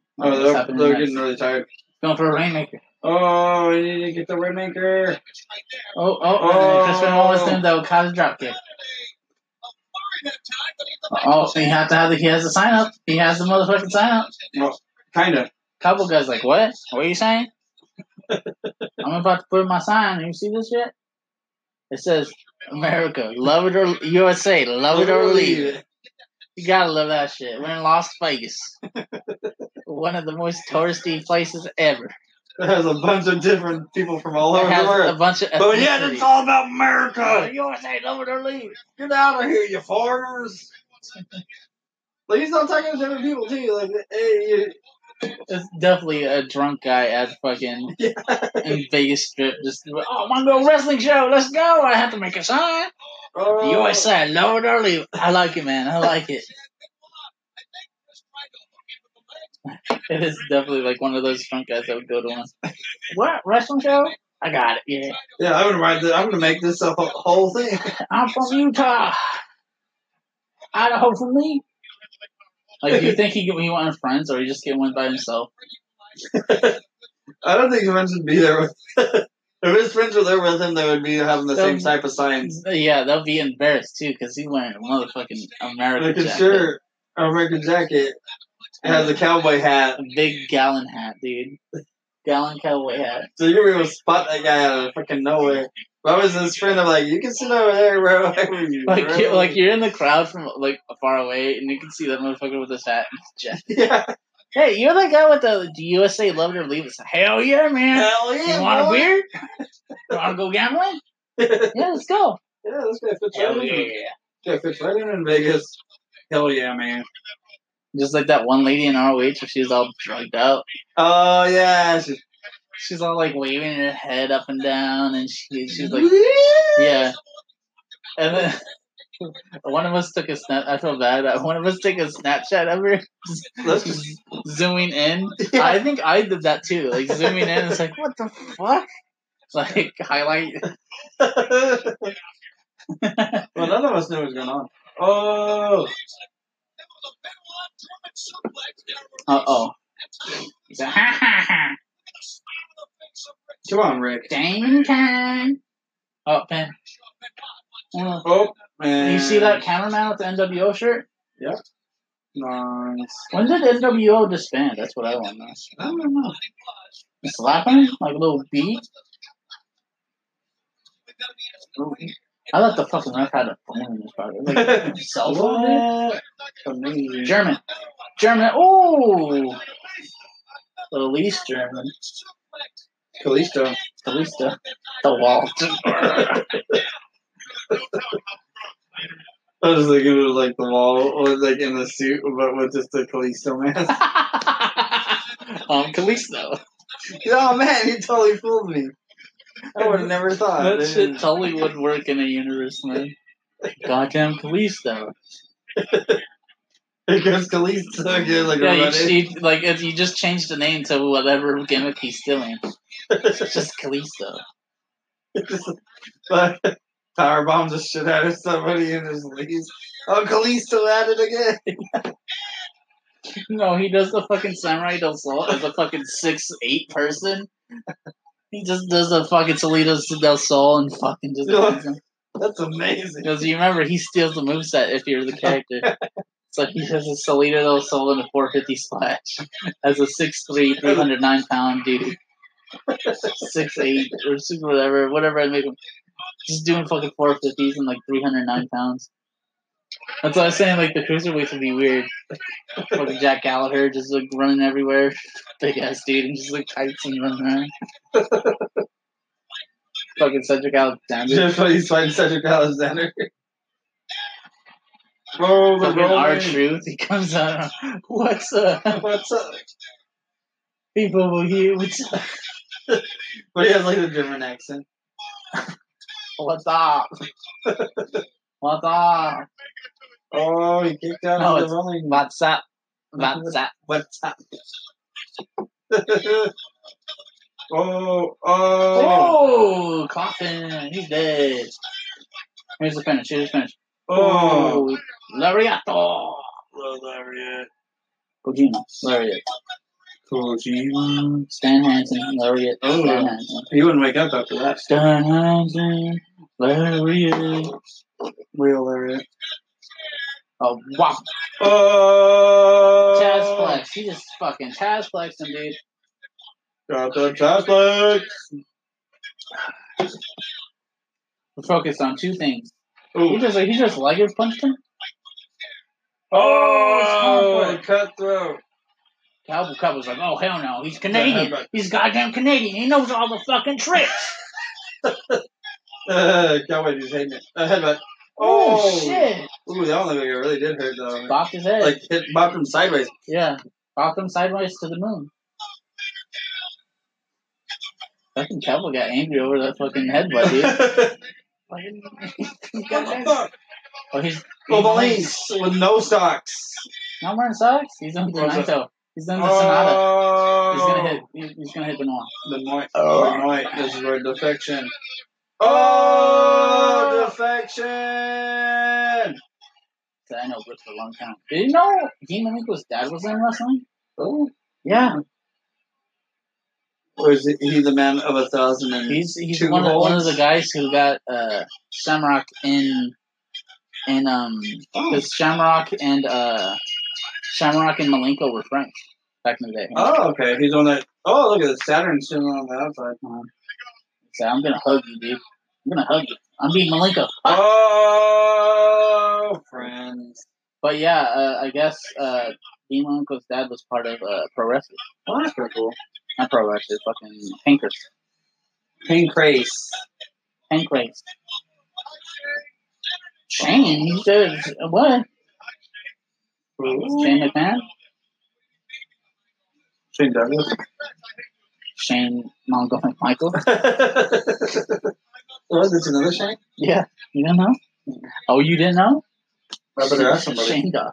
Speaker 1: Oh,
Speaker 2: What's
Speaker 1: they're,
Speaker 2: happening
Speaker 1: they're
Speaker 2: next?
Speaker 1: getting really tired.
Speaker 2: Going for a rainmaker.
Speaker 1: Oh, I need to get the Rainmaker.
Speaker 2: Oh, oh, oh. Chris
Speaker 1: Oh.
Speaker 2: Benoit was doing the Okada dropkick. Oh, he had to have the, he has the sign up. He has the motherfucking sign up.
Speaker 1: Kind of.
Speaker 2: Couple guys like, what? What are
Speaker 1: [LAUGHS]
Speaker 2: you saying? I'm about to put in my sign. You see this shit? It says America, love it or USA, love it or leave it. You gotta love that shit. We're in Las Vegas, one of the most touristy places ever.
Speaker 1: It has a bunch of different people from all
Speaker 2: It
Speaker 1: over the
Speaker 2: has a
Speaker 1: world.
Speaker 2: bunch of
Speaker 1: But yeah,
Speaker 2: ethnicities.
Speaker 1: it's all about America.
Speaker 2: USA, love it or leave it.
Speaker 1: Get out of here, you foreigners. Like he's not talking to different people too. Like, hey, you,
Speaker 2: It's definitely a drunk guy at fucking
Speaker 1: [LAUGHS] Yeah.
Speaker 2: in Vegas Strip. Just oh, want to go wrestling show? Let's go! I have to make a sign. The
Speaker 1: Oh.
Speaker 2: USA, load or leave. I like it, man. I like it. [LAUGHS] It is definitely like one of those drunk guys that would go to one. What wrestling show? I got it. Yeah,
Speaker 1: Yeah, I'm gonna write this. I'm gonna make this a wh- whole thing. [LAUGHS]
Speaker 2: I'm from Utah. Idaho for me. Like, do you think he he wanted friends or he just get one by himself?
Speaker 1: I don't think his friends would be there with. [LAUGHS] if his friends were there with him, they would be having the same type of signs.
Speaker 2: Yeah, they'll be embarrassed too because he's wearing a motherfucking American
Speaker 1: Like a
Speaker 2: jacket,
Speaker 1: shirt, an American jacket. It has a cowboy hat.
Speaker 2: a big gallon hat, dude. Gallon cowboy hat.
Speaker 1: So you're gonna be able to spot that guy out of fucking nowhere. If I was his friend, I'm like, you can sit over there, bro. [LAUGHS]
Speaker 2: [LAUGHS] Like
Speaker 1: Like,
Speaker 2: you're, like you're in the crowd from like far away, and you can see that motherfucker with his hat. And his jacket.
Speaker 1: yeah,
Speaker 2: Hey, you're the guy with the USA Love It or Leave It. Hell yeah, man!
Speaker 1: hell yeah.
Speaker 2: [LAUGHS] you want a
Speaker 1: boy.
Speaker 2: beer? You want to go gambling? Yeah, let's go.
Speaker 1: [LAUGHS] Yeah, this guy fits right
Speaker 2: Hell
Speaker 1: in.
Speaker 2: yeah!
Speaker 1: Yeah, fits right in in Vegas. Hell yeah, man.
Speaker 2: Just like that one lady in ROH where she was all drugged out.
Speaker 1: Oh yeah. She's,
Speaker 2: She's all like waving her head up and down, and she she's like Yeah. And then [LAUGHS] one of us took a snap. I feel bad. uh, One of us took a Snapchat of her
Speaker 1: Let's just. [LAUGHS]
Speaker 2: zooming in.
Speaker 1: Yeah.
Speaker 2: I think I did that too. Like zooming in, it's like what the fuck? Like [LAUGHS] highlight.
Speaker 1: well, none of us knew what was going on. Oh,
Speaker 2: Uh oh. He's like, ha ha ha.
Speaker 1: come on, Rick.
Speaker 2: Game time. Oh, Ben. Oh.
Speaker 1: Oh, man.
Speaker 2: You see that cameraman with the NWO shirt?
Speaker 1: Nice.
Speaker 2: [LAUGHS] When did NWO disband? That's what I want to know.
Speaker 1: I don't know.
Speaker 2: Slapping? Like a little beat? I thought the fucking knife had a phone in his pocket. [LAUGHS] Like, cell phone? dude?
Speaker 1: What? Amazing.
Speaker 2: German. German. Oh! The least German.
Speaker 1: Kalisto.
Speaker 2: The least the, the wall.
Speaker 1: I was thinking it was like the wall, or like in the suit, but with just the Kalisto mask.
Speaker 2: um, Callisto.
Speaker 1: [LAUGHS] oh man, he totally fooled me. I would have never thought.
Speaker 2: That shit totally would work in a universe, man. Goddamn Callisto.
Speaker 1: Here comes Kalisto again, like
Speaker 2: Yeah,
Speaker 1: a
Speaker 2: you,
Speaker 1: running- [LAUGHS]
Speaker 2: you, like, if you just change the name to whatever gimmick he's
Speaker 1: [LAUGHS]
Speaker 2: still in. It's just Callisto.
Speaker 1: But power bombs the shit out of somebody and just leaves. Oh, Kalisto at it again. [LAUGHS]
Speaker 2: No, he does the fucking samurai del sol as a fucking six eight person. He just does the fucking Toledo del sol and fucking just
Speaker 1: That's amazing.
Speaker 2: because you remember he steals the moveset if you're the character. So he has a Toledo del sol and a 450 splash as a 6'3", 309 pound dude, six eight or six whatever, whatever I make him. Just doing fucking 450s and like 309 pounds. That's what I was saying. Like the cruiserweights would be weird. Fucking Jack Gallagher just like running everywhere, big ass dude, and just like tights and running around. Fucking Cedric Alexander.
Speaker 1: Just when he's fighting Cedric Alexander. Roll the
Speaker 2: Fucking our
Speaker 1: roll.
Speaker 2: truth. He comes out. [LAUGHS] What's
Speaker 1: [LAUGHS]
Speaker 2: up,
Speaker 1: What's up?
Speaker 2: people over here?
Speaker 1: [LAUGHS]
Speaker 2: What's up?
Speaker 1: But he has like a German accent.
Speaker 2: What's up? [LAUGHS] What's up?
Speaker 1: Oh, he kicked out
Speaker 2: No,
Speaker 1: of
Speaker 2: it's-
Speaker 1: the rolling.
Speaker 2: What's up? What's up?
Speaker 1: What's up? oh, oh, [LAUGHS] oh,
Speaker 2: Oh, coffin. He's dead. Here's the finish. Here's the finish.
Speaker 1: oh.
Speaker 2: Lariato. Kojima. Lariat.
Speaker 1: Cool, G.
Speaker 2: Stan Hansen. Lariat.
Speaker 1: Oh.
Speaker 2: Stan Hansen.
Speaker 1: He wouldn't wake up after that.
Speaker 2: Stan Hansen. Lariat.
Speaker 1: Real area.
Speaker 2: Oh, wow.
Speaker 1: Oh!
Speaker 2: Taz Flex. He just fucking Taz Flexing, dude.
Speaker 1: Got the Chaz
Speaker 2: We're focused on two things. He
Speaker 1: Ooh.
Speaker 2: just like he just Liger punched him.
Speaker 1: Oh! Cutthroat. [LAUGHS]
Speaker 2: Cowboy Cup was like, oh hell no, he's
Speaker 1: Yeah,
Speaker 2: Canadian.
Speaker 1: headbutt.
Speaker 2: He's goddamn Canadian. He knows all the
Speaker 1: [LAUGHS]
Speaker 2: fucking tricks.
Speaker 1: Uh, Cowboy just hating it. [LAUGHS] Uh, headbutt.
Speaker 2: Oh, shit!
Speaker 1: Ooh, that one looked like it really did hurt though.
Speaker 2: Bopped his head.
Speaker 1: Like hit bopped him sideways.
Speaker 2: yeah. Pop him sideways to the moon. Fucking Cowboy got angry over that fucking headbutt,
Speaker 1: [LAUGHS]
Speaker 2: dude. Fucking- [LAUGHS] oh, he's,
Speaker 1: Well, the links with no socks.
Speaker 2: Not wearing socks. He's on the
Speaker 1: What's that?
Speaker 2: Naito. He's on the Sonata.
Speaker 1: Oh,
Speaker 2: He's gonna hit. he- He's gonna hit Benoit.
Speaker 1: The Moit.
Speaker 2: Oh.
Speaker 1: The Moit. This is where defection. Oh, defection!
Speaker 2: So I know Rich for a long time. Did you know Dean Malenko's dad was in wrestling?
Speaker 1: Oh,
Speaker 2: Yeah,
Speaker 1: or is he the man of a thousand and
Speaker 2: he's he's
Speaker 1: Two
Speaker 2: one of, one of
Speaker 1: holes.
Speaker 2: the guys who got uh, Shamrock in in um
Speaker 1: Oh,
Speaker 2: because Shamrock and uh Shamrock and Malenko were French back in the day.
Speaker 1: oh, okay. He's on that. Oh, look at the Saturn sitting on the outside.
Speaker 2: So I'm gonna hug you, dude. I'm gonna hug you. I'm being Malenko.
Speaker 1: Oh, friends.
Speaker 2: But yeah, uh, I guess uh, Dean Malenko's dad was part of uh, pro wrestling.
Speaker 1: Oh, that's pretty cool.
Speaker 2: Not pro wrestling, fucking Pankers.
Speaker 1: Pancrase.
Speaker 2: Tank race. Shane? There's, what? Shane McMahon?
Speaker 1: Shane [LAUGHS] Douglas.
Speaker 2: Shane Montgomery Michael?
Speaker 1: oh, there's another Shane?
Speaker 2: Yeah. You didn't know? Oh, you didn't know?
Speaker 1: I better ask somebody.
Speaker 2: Shane Duff.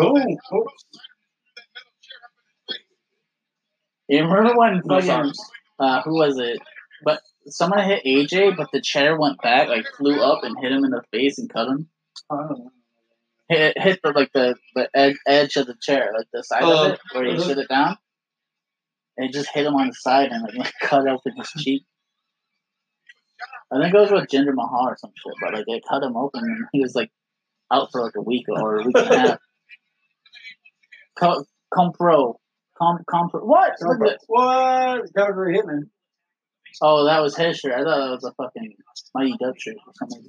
Speaker 1: Oh, oh.
Speaker 2: You remember when
Speaker 1: No
Speaker 2: fucking,
Speaker 1: socks.
Speaker 2: uh, who was it? But someone hit AJ, but the chair went back, like flew up and hit him in the face and cut him.
Speaker 1: I don't know.
Speaker 2: Hit, hit the like the, the ed- edge of the chair, like the side
Speaker 1: Oh.
Speaker 2: of it, where you
Speaker 1: Mhm.
Speaker 2: sit it down. And it just hit him on the side and like, [LAUGHS] cut open his cheek. I think it was with Jinder Mahal or some shit, but like they cut him open and he was like out for like a week or a week and a half. Co- Compro. Com, compro. What? Look at-
Speaker 1: What? Calgary Hitman.
Speaker 2: Oh, that was his shirt. I thought that was a fucking Mighty Duck shirt for some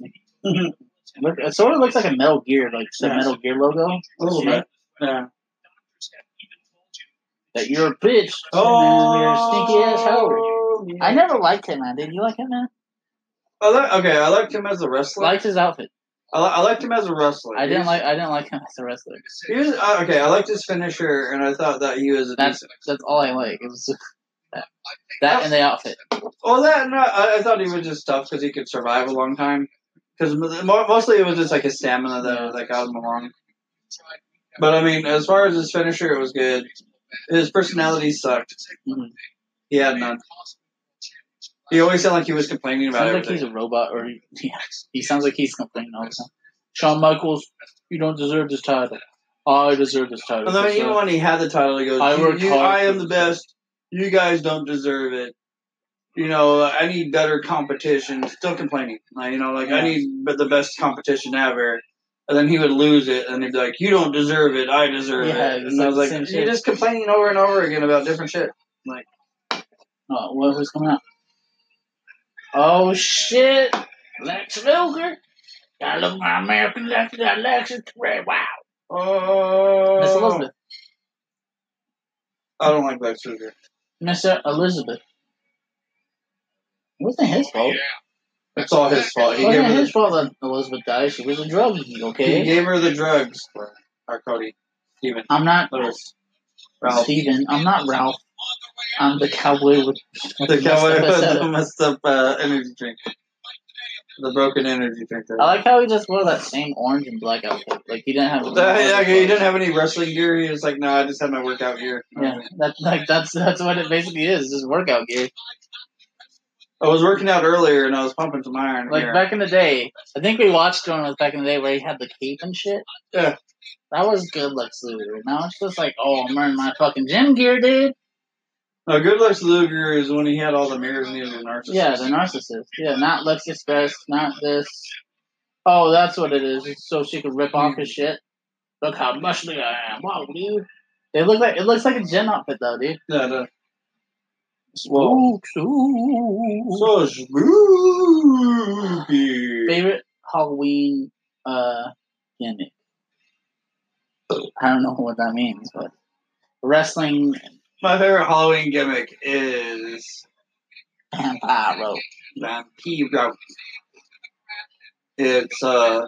Speaker 2: reason. [LAUGHS] Look, it sort of looks like a Metal Gear, like the
Speaker 1: Yeah. Oh,
Speaker 2: Metal Gear logo.
Speaker 1: A little bit. Yeah.
Speaker 2: That you're a bitch. and
Speaker 1: Oh,
Speaker 2: then you're a stinky ass hoe. I never liked him, man. Did you like him, man?
Speaker 1: I li- okay, I liked him as a wrestler.
Speaker 2: Liked his outfit.
Speaker 1: I, li- I liked him as a wrestler.
Speaker 2: I didn't
Speaker 1: He's-
Speaker 2: like. I didn't like him as a wrestler.
Speaker 1: He was, uh, okay, I liked his finisher, and I thought that he was a
Speaker 2: That's
Speaker 1: decent.
Speaker 2: that's all I like. It was that, that and the outfit.
Speaker 1: Well, that no, I, I thought he was just tough because he could survive a long time. Because mostly it was just like his stamina that that got him along. But I mean, as far as his finisher, it was good. His personality sucked.
Speaker 2: Mhm.
Speaker 1: He had none. He always sounded like he was complaining about
Speaker 2: Sounds like
Speaker 1: everything.
Speaker 2: he's a robot, or he, [LAUGHS] yeah, he sounds like he's complaining all the time. Shawn Michaels, you don't deserve this title. I deserve this title.
Speaker 1: And then
Speaker 2: Deserve-
Speaker 1: even when he had the title, he goes,
Speaker 2: I
Speaker 1: "You-
Speaker 2: worked
Speaker 1: you-
Speaker 2: hard
Speaker 1: I
Speaker 2: for
Speaker 1: am the
Speaker 2: this."
Speaker 1: best. You guys don't deserve it. You know, I need better competition." Still complaining. Like, you know, like I
Speaker 2: Yeah.
Speaker 1: need b- the best competition ever. And then he would lose it, and he'd be like, "You don't deserve it. I deserve
Speaker 2: Yeah,
Speaker 1: it."
Speaker 2: it's
Speaker 1: And I
Speaker 2: like
Speaker 1: was like,
Speaker 2: the
Speaker 1: "You're
Speaker 2: same shit."
Speaker 1: just complaining over and over again about different shit."
Speaker 2: Oh, what, who's coming out? Oh shit! Lex Luger. I love my American Lex. That Lex is great. Wow.
Speaker 1: Oh,
Speaker 2: Miss Elizabeth.
Speaker 1: I don't like Lex Luger.
Speaker 2: Miss Elizabeth. It wasn't his fault.
Speaker 1: It's all his fault.
Speaker 2: It
Speaker 1: He gave
Speaker 2: wasn't
Speaker 1: her
Speaker 2: Oh, his
Speaker 1: the,
Speaker 2: fault that Elizabeth died. She was a druggie.
Speaker 1: he
Speaker 2: Okay.
Speaker 1: gave her the drugs. Or Cody, Steven,
Speaker 2: I'm not
Speaker 1: Lewis, Ralph.
Speaker 2: Steven. I'm not Ralph. I'm the cowboy with
Speaker 1: The cowboy with
Speaker 2: messed up
Speaker 1: the
Speaker 2: setup.
Speaker 1: messed up uh, energy drink. The broken energy drink. there.
Speaker 2: I like how he just wore that same orange and black outfit. Like he didn't have.
Speaker 1: Uh, yeah, okay, he didn't have any wrestling gear. He was like, no, I just had my workout gear.
Speaker 2: Yeah, that, like that's that's what it basically is. Just workout gear.
Speaker 1: I was working out earlier and I was pumping some iron.
Speaker 2: Like
Speaker 1: here.
Speaker 2: back in the day, I think we watched one was back in the day where he had the cape and shit.
Speaker 1: Yeah.
Speaker 2: That was good Lex Luger. Now it's just like, oh, I'm wearing my fucking gym gear, dude.
Speaker 1: no, good Lex Luger is when he had all the mirrors and he was a narcissist.
Speaker 2: Yeah, the narcissist. Yeah, not Lexus Best, not this. Oh, that's what it is. It's so she could rip off his shit. Look how muscly I am. Wow, dude. It look like it looks like a gym outfit though, dude.
Speaker 1: No, no. Well,
Speaker 2: Ooh, ooh.
Speaker 1: so spooky.
Speaker 2: favorite Halloween uh gimmick. I don't know what that means, but wrestling
Speaker 1: My favorite Halloween gimmick is
Speaker 2: vampire rope.
Speaker 1: Vampiro. It's uh,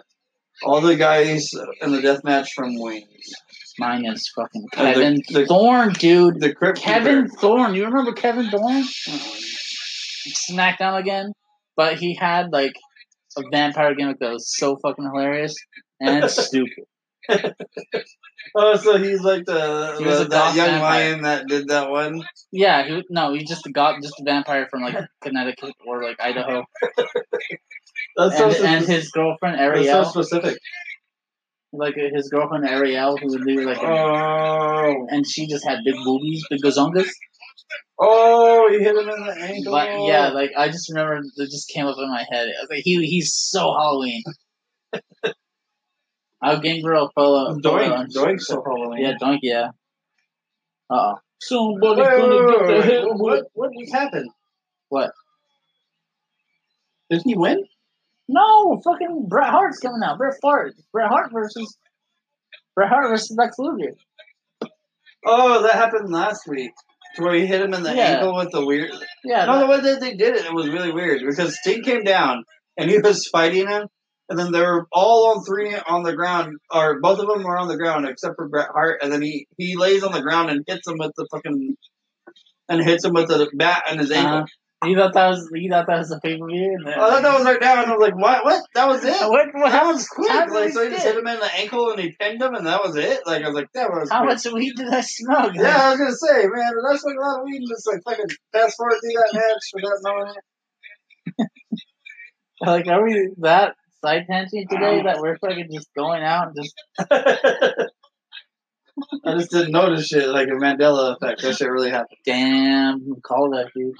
Speaker 1: all the guys in the death match from Wings.
Speaker 2: Mine is fucking
Speaker 1: Uh, the-
Speaker 2: Kevin
Speaker 1: the-
Speaker 2: Thorne, dude.
Speaker 1: The Crypt
Speaker 2: Kevin
Speaker 1: Keeper.
Speaker 2: Thorne. You remember Kevin Thorne? SmackDown again, but he had like a vampire gimmick that was so fucking hilarious
Speaker 1: [LAUGHS]
Speaker 2: and stupid.
Speaker 1: Oh, so he's like the,
Speaker 2: He was
Speaker 1: the that
Speaker 2: a goth
Speaker 1: young
Speaker 2: vampire.
Speaker 1: lion that did that one.
Speaker 2: Yeah, he, no, he just got just a vampire from like Connecticut or like Idaho,
Speaker 1: That's so
Speaker 2: and,
Speaker 1: specific.
Speaker 2: and his girlfriend
Speaker 1: That's so
Speaker 2: Ariel,
Speaker 1: specific.
Speaker 2: like uh, his girlfriend Ariel, who would leave like,
Speaker 1: Oh,
Speaker 2: and she just had big boobies, big gazongas.
Speaker 1: oh, he hit him in the ankle.
Speaker 2: But yeah, like I just remember it just came up in my head. I was like, he he's so
Speaker 1: [LAUGHS]
Speaker 2: Halloween. I'll game girl follow.
Speaker 1: Doink, Doink, so Halloween.
Speaker 2: Yeah, doink. Yeah. Uh oh. Somebody
Speaker 1: Wait,
Speaker 2: gonna
Speaker 1: wait,
Speaker 2: get
Speaker 1: wait,
Speaker 2: the
Speaker 1: wait,
Speaker 2: hit.
Speaker 1: what, what, what just happened?
Speaker 2: What?
Speaker 1: Did he win?
Speaker 2: No, fucking Bret Hart's coming out. Bret Hart. Bret Hart versus. Bret Hart versus Lex Luger.
Speaker 1: Oh, that happened last week. to Where he hit him in the
Speaker 2: Yeah.
Speaker 1: ankle with the weird.
Speaker 2: Yeah.
Speaker 1: No,
Speaker 2: that-
Speaker 1: the way that they did it, it was really weird because Sting came down and he was fighting him, and then they were all on three on the ground, or both of them were on the ground except for Bret Hart, and then he he lays on the ground and hits him with the fucking and hits him with the bat on his ankle.
Speaker 2: uh-huh. You thought that was you thought that was a pay per view.
Speaker 1: I thought that
Speaker 2: [LAUGHS]
Speaker 1: was right now, and I was like, "What? What? That was it?
Speaker 2: What, what,
Speaker 1: That was quick!"
Speaker 2: How,
Speaker 1: Like, so he just hit
Speaker 2: much-
Speaker 1: him in the ankle, and he pinned him, and that was it. Like, I was like, "That was
Speaker 2: how
Speaker 1: quick.
Speaker 2: much weed did I smoke?
Speaker 1: Yeah, I was gonna say, man, that's like a lot of weed. Just like fucking fast forward through that match without knowing it.
Speaker 2: Like, are we that side tangent today that we're fucking just going out and just
Speaker 1: [LAUGHS] I just didn't notice shit like a Mandela effect. That shit really happened.
Speaker 2: damn call that dude?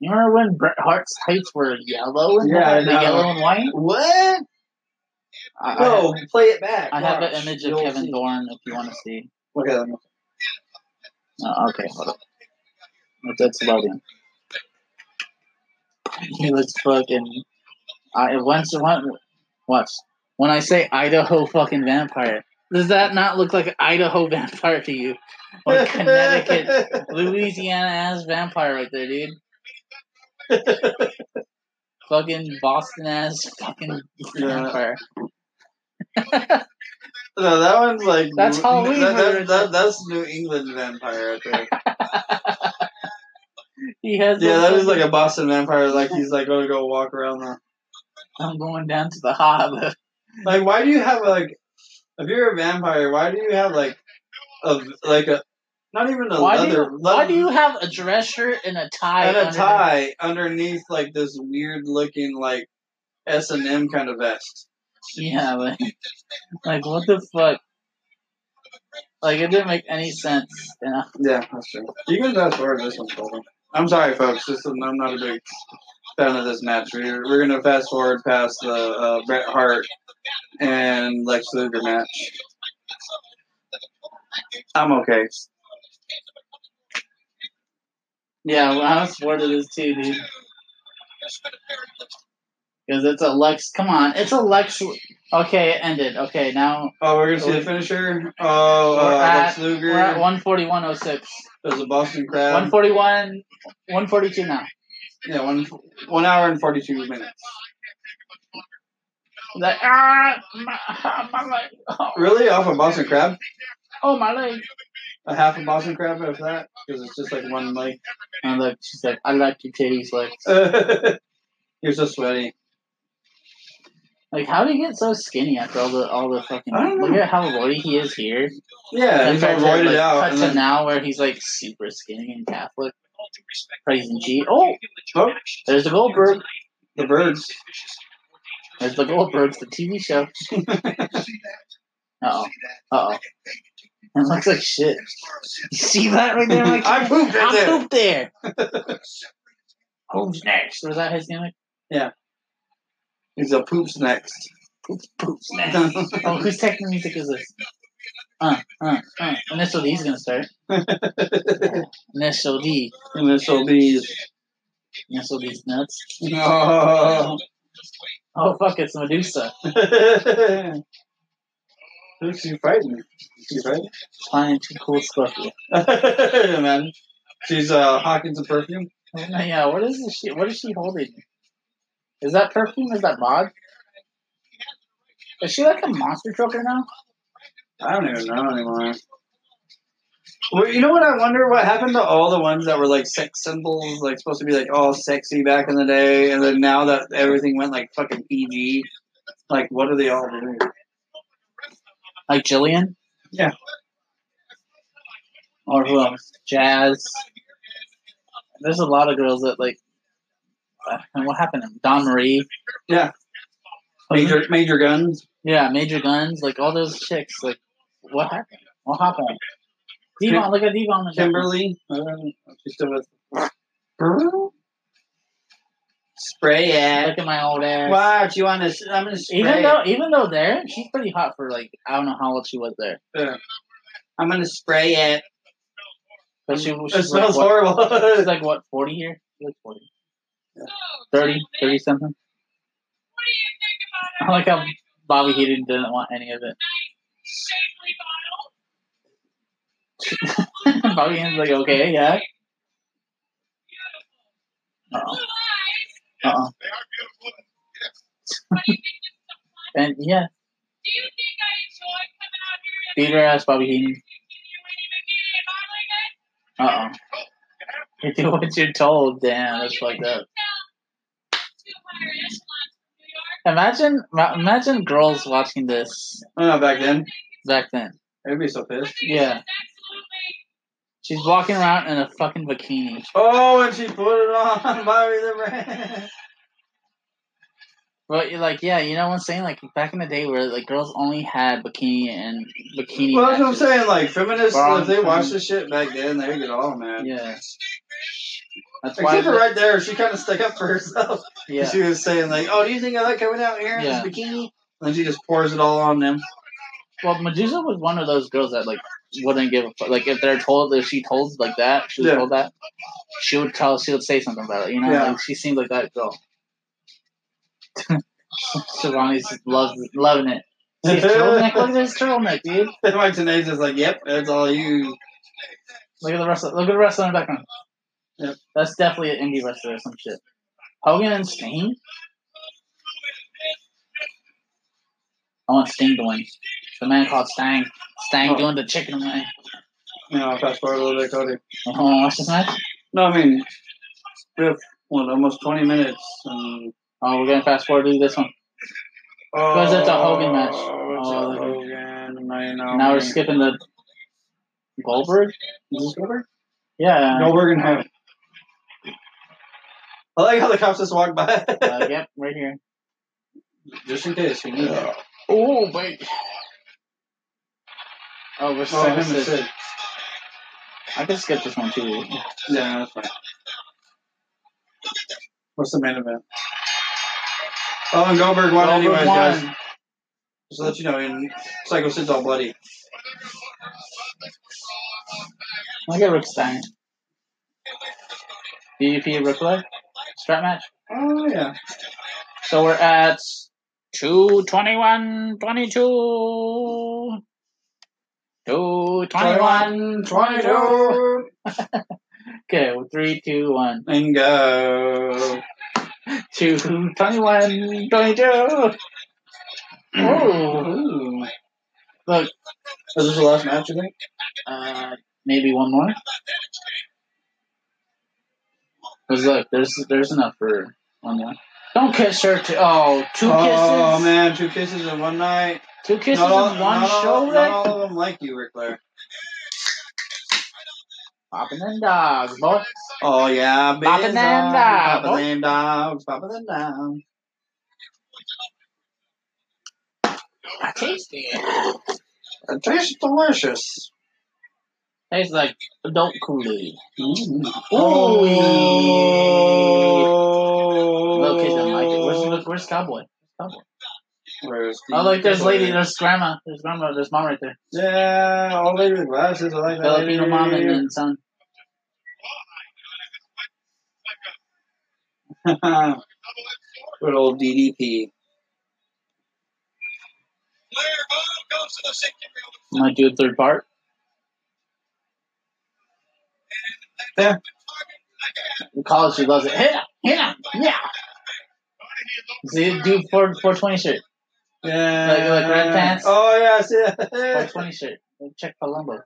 Speaker 2: You remember when Bret Hart's tights were yellow and
Speaker 1: Yeah, I
Speaker 2: white, the
Speaker 1: know.
Speaker 2: yellow and white?
Speaker 1: What?
Speaker 2: I, I
Speaker 1: Whoa, play it back.
Speaker 2: have, I have an
Speaker 1: Watch.
Speaker 2: image of
Speaker 1: You'll
Speaker 2: Kevin
Speaker 1: see.
Speaker 2: Dorn if you want to see.
Speaker 1: Look at him.
Speaker 2: Oh, okay, hold on. But That's loading. He looks fucking. I once one watch when I say Idaho fucking vampire. Does that not look like an Idaho [LAUGHS] vampire to you, or Connecticut Louisiana ass vampire right there, dude. fucking Boston ass fucking
Speaker 1: Yeah.
Speaker 2: vampire.
Speaker 1: [LAUGHS] no, that one's like
Speaker 2: That's Halloween
Speaker 1: That,
Speaker 2: version.
Speaker 1: that, that, that's New England vampire. I [LAUGHS] think.
Speaker 2: He has
Speaker 1: yeah,
Speaker 2: those
Speaker 1: that is like
Speaker 2: fucking-
Speaker 1: a Boston vampire. Like he's like gonna go walk around the
Speaker 2: I'm going down to the hob.
Speaker 1: Like, why do you have like, if you're a vampire, why do you have like, a like a, not even a
Speaker 2: Why do
Speaker 1: leather,
Speaker 2: you, why do you have a dress shirt and a tie?
Speaker 1: and a
Speaker 2: underneath?
Speaker 1: tie underneath like this weird looking like S and M kind of vest?
Speaker 2: Yeah, like, like what the fuck? Like it didn't make any sense. You know?
Speaker 1: Yeah, that's true. You can just wear this one, Colton. I'm sorry, folks. This is, I'm not a big fan of this match. We're, we're gonna fast forward past the uh, Bret Hart and Lex Luger match. I'm okay.
Speaker 2: Yeah, well, I was bored of this too, dude. Because it's a Lex. Come on, it's a Lex. Okay, it ended. Okay, now
Speaker 1: Oh, we're gonna see the finisher. Oh, uh,
Speaker 2: We're at-
Speaker 1: Lex Luger.
Speaker 2: we're at one forty one oh six.
Speaker 1: There's a Boston crowd.
Speaker 2: One forty one, one forty two now.
Speaker 1: yeah, one one hour and forty two minutes.
Speaker 2: Like ah, my, ah, my leg. Oh,
Speaker 1: Really, off a Boston crab,
Speaker 2: oh my leg.
Speaker 1: a half a Boston crab if that, because it's just like one leg.
Speaker 2: And look, she's like, I like your titties, Lex.
Speaker 1: [LAUGHS] You're so sweaty.
Speaker 2: Like, how do you get so skinny after all the all the fucking?
Speaker 1: I don't know.
Speaker 2: Look at how roidy he is here.
Speaker 1: Yeah,
Speaker 2: And
Speaker 1: he's all
Speaker 2: fact that,
Speaker 1: roided
Speaker 2: like,
Speaker 1: out.
Speaker 2: Cut
Speaker 1: And
Speaker 2: to
Speaker 1: then,
Speaker 2: now where he's like super skinny and Catholic, praising G. Oh,
Speaker 1: oh,
Speaker 2: there's the Goldberg.
Speaker 1: the birds.
Speaker 2: There's the Goldbergs, the TV show.
Speaker 1: [LAUGHS]
Speaker 2: [LAUGHS] Uh oh. Uh oh. It looks like shit. You see that right there? Mike?
Speaker 1: [LAUGHS] I pooped right
Speaker 2: I
Speaker 1: there.
Speaker 2: pooped there.
Speaker 1: [LAUGHS]
Speaker 2: Who's next? Was that his name? Like,
Speaker 1: He's a poops next.
Speaker 2: Poops, poops
Speaker 1: [LAUGHS]
Speaker 2: next. oh, whose techno music is this? Uh, uh, uh. Initial D's gonna start.
Speaker 1: [LAUGHS]
Speaker 2: Initial D.
Speaker 1: And this will
Speaker 2: [LAUGHS]
Speaker 1: be. [LAUGHS]
Speaker 2: Initial D's nuts.
Speaker 1: No.
Speaker 2: Oh, fuck, it's Medusa.
Speaker 1: Who's she fighting? She fighting?
Speaker 2: Fine, too cool stuff.
Speaker 1: [LAUGHS]
Speaker 2: Yeah.
Speaker 1: Man, she's uh, hawking some perfume.
Speaker 2: Oh, yeah, what is this shit? What is she holding? Is that perfume? Is that mod? Is she like a monster trucker now?
Speaker 1: I don't even know anymore. Well, you know what? I wonder what happened to all the ones that were like sex symbols, like supposed to be like all sexy back in the day, and then now that everything went like fucking PG, like what are they all doing?
Speaker 2: Like Jillian?
Speaker 1: Yeah.
Speaker 2: Or who else? Jazz. There's a lot of girls that like. uh, And what happened? to 'em? Don Marie.
Speaker 1: Yeah.
Speaker 2: Major.
Speaker 1: Major major guns.
Speaker 2: Yeah, Major Guns. Like all those chicks. Like, what happened? What happened?
Speaker 1: Kim-
Speaker 2: Devon, look at Devon. and
Speaker 1: Kimberly. I don't know. She's still with. Girl? Spray
Speaker 2: Jack.
Speaker 1: it.
Speaker 2: Look at my old ass.
Speaker 1: Watch, you want to? I'm gonna spray.
Speaker 2: Even
Speaker 1: it.
Speaker 2: though, even though there, she's pretty hot for like I don't know how old she was there,
Speaker 1: Uh, I'm gonna spray it.
Speaker 2: but she, she was
Speaker 1: It smells
Speaker 2: like, what,
Speaker 1: [LAUGHS]
Speaker 2: she's
Speaker 1: horrible.
Speaker 2: like what forty here? She was forty. 30, 30 something. I like how Bobby Heaton didn't want any of it. [LAUGHS] Bobby Heaton's like, okay, yeah. Uh-uh. Uh-uh. And yeah, beat her ass, Bobby Heaton. Uh oh. You [LAUGHS] do what you're told. Damn, that's fucked up. Imagine, ma- imagine girls watching this
Speaker 1: I don't know back then.
Speaker 2: back then.
Speaker 1: I'd be so pissed.
Speaker 2: Yeah. She's walking around in a fucking bikini.
Speaker 1: Oh, and she put it on [LAUGHS] Bobby the Brain.
Speaker 2: But you're like, yeah, you know what I'm saying? Like back in the day where like girls only had bikini and bikini.
Speaker 1: Well, that's what I'm
Speaker 2: matches.
Speaker 1: saying. Like feminists,
Speaker 2: Wrong
Speaker 1: if they watch
Speaker 2: thing.
Speaker 1: this shit back then, they get all mad.
Speaker 2: Yeah. That's why.
Speaker 1: Except for right there, she kind of stuck up for herself. [LAUGHS]
Speaker 2: yeah.
Speaker 1: She was saying like, "Oh, do you think I like coming out here in
Speaker 2: Yeah.
Speaker 1: this bikini?" And then she just pours it all on them.
Speaker 2: Well, Medusa was one of those girls that like wouldn't give a fuck. Like if they're told, if she told like that, she was
Speaker 1: Yeah.
Speaker 2: told that, she would tell, she would say something about it. You know,
Speaker 1: Yeah.
Speaker 2: like she seemed like that girl. [LAUGHS] Shivani's just loves loving it. [LAUGHS] See his turtleneck. Look at his turtleneck, dude.
Speaker 1: And my teenager's is [LAUGHS] like, "Yep, that's all you."
Speaker 2: Look at the wrestler. Look at the wrestler in the background.
Speaker 1: Yep.
Speaker 2: That's definitely an indie wrestler or some shit. Hogan and Sting. I want Sting to win. The man called Stang. Stang
Speaker 1: Oh.
Speaker 2: doing the chicken wing.
Speaker 1: You know, I'll fast forward a little bit, Cody.
Speaker 2: You want to watch this match?
Speaker 1: No, I mean, we have what, almost 20 minutes. Um,
Speaker 2: Oh, we're gonna fast forward to this one.
Speaker 1: oh,
Speaker 2: Was it the Hogan match?
Speaker 1: It's
Speaker 2: Oh,
Speaker 1: a
Speaker 2: okay.
Speaker 1: Hogan. I know.
Speaker 2: now we're skipping the Goldberg.
Speaker 1: Is this Goldberg?
Speaker 2: Yeah.
Speaker 1: Goldberg and Hogan. I like how the cops just walked by.
Speaker 2: Uh, yep, right here.
Speaker 1: just in case. We need it.
Speaker 2: Oh wait. Oh, we're
Speaker 1: Oh, him and
Speaker 2: so
Speaker 1: Sid.
Speaker 2: I can skip this one too.
Speaker 1: Yeah, that's fine. What's the main event? Oh, and Goldberg won
Speaker 2: Goldberg
Speaker 1: anyways,
Speaker 2: won.
Speaker 1: guys. Just to let you know, and Psycho Sid's all bloody.
Speaker 2: Look at Rick Stein. DDP Ric Flair strap match.
Speaker 1: Oh, yeah.
Speaker 2: So we're at two twenty one twenty two. Two twenty
Speaker 1: 21,
Speaker 2: one.
Speaker 1: 22,
Speaker 2: Okay, three, two, one.
Speaker 1: and go.
Speaker 2: Two twenty one twenty two. Oh,
Speaker 1: Ooh.
Speaker 2: look.
Speaker 1: Is this the last match, I think?
Speaker 2: Uh, maybe one more. Cause look, there's there's enough for one more. Don't kiss her. T- oh, two kisses.
Speaker 1: Oh, man, two kisses in one night.
Speaker 2: Two kisses
Speaker 1: Not all-
Speaker 2: in one
Speaker 1: not all-
Speaker 2: show,
Speaker 1: Not
Speaker 2: Rick.
Speaker 1: all of them like you, Ric Flair.
Speaker 2: Popping them dogs, boy.
Speaker 1: Oh, yeah. biz
Speaker 2: Papa them
Speaker 1: on,
Speaker 2: dogs.
Speaker 1: Papa them dogs. Papa them dogs.
Speaker 2: Tasty.
Speaker 1: It tastes delicious.
Speaker 2: Tastes like adult Kool Aid.
Speaker 1: Mm.
Speaker 2: Ooh.
Speaker 1: Oh.
Speaker 2: Well, kids don't like it. Where's, where's, where's Cowboy? Cowboy.
Speaker 1: Where's the-
Speaker 2: Oh, look, there's lady, there's grandma, there's grandma, there's mom right there.
Speaker 1: Yeah, all lady with glasses. I like that.
Speaker 2: Filipino
Speaker 1: lady.
Speaker 2: mom and then son.
Speaker 1: [LAUGHS] Good old DDP.
Speaker 2: I'm gonna do a third part.
Speaker 1: There.
Speaker 2: The college, she loves it. Yeah, yeah, yeah. See, do 4, 420 shirt.
Speaker 1: Yeah.
Speaker 2: Like- like red pants?
Speaker 1: Oh, yeah, [LAUGHS] gosh, yeah.
Speaker 2: 420 shirt. Go Check Palumbo.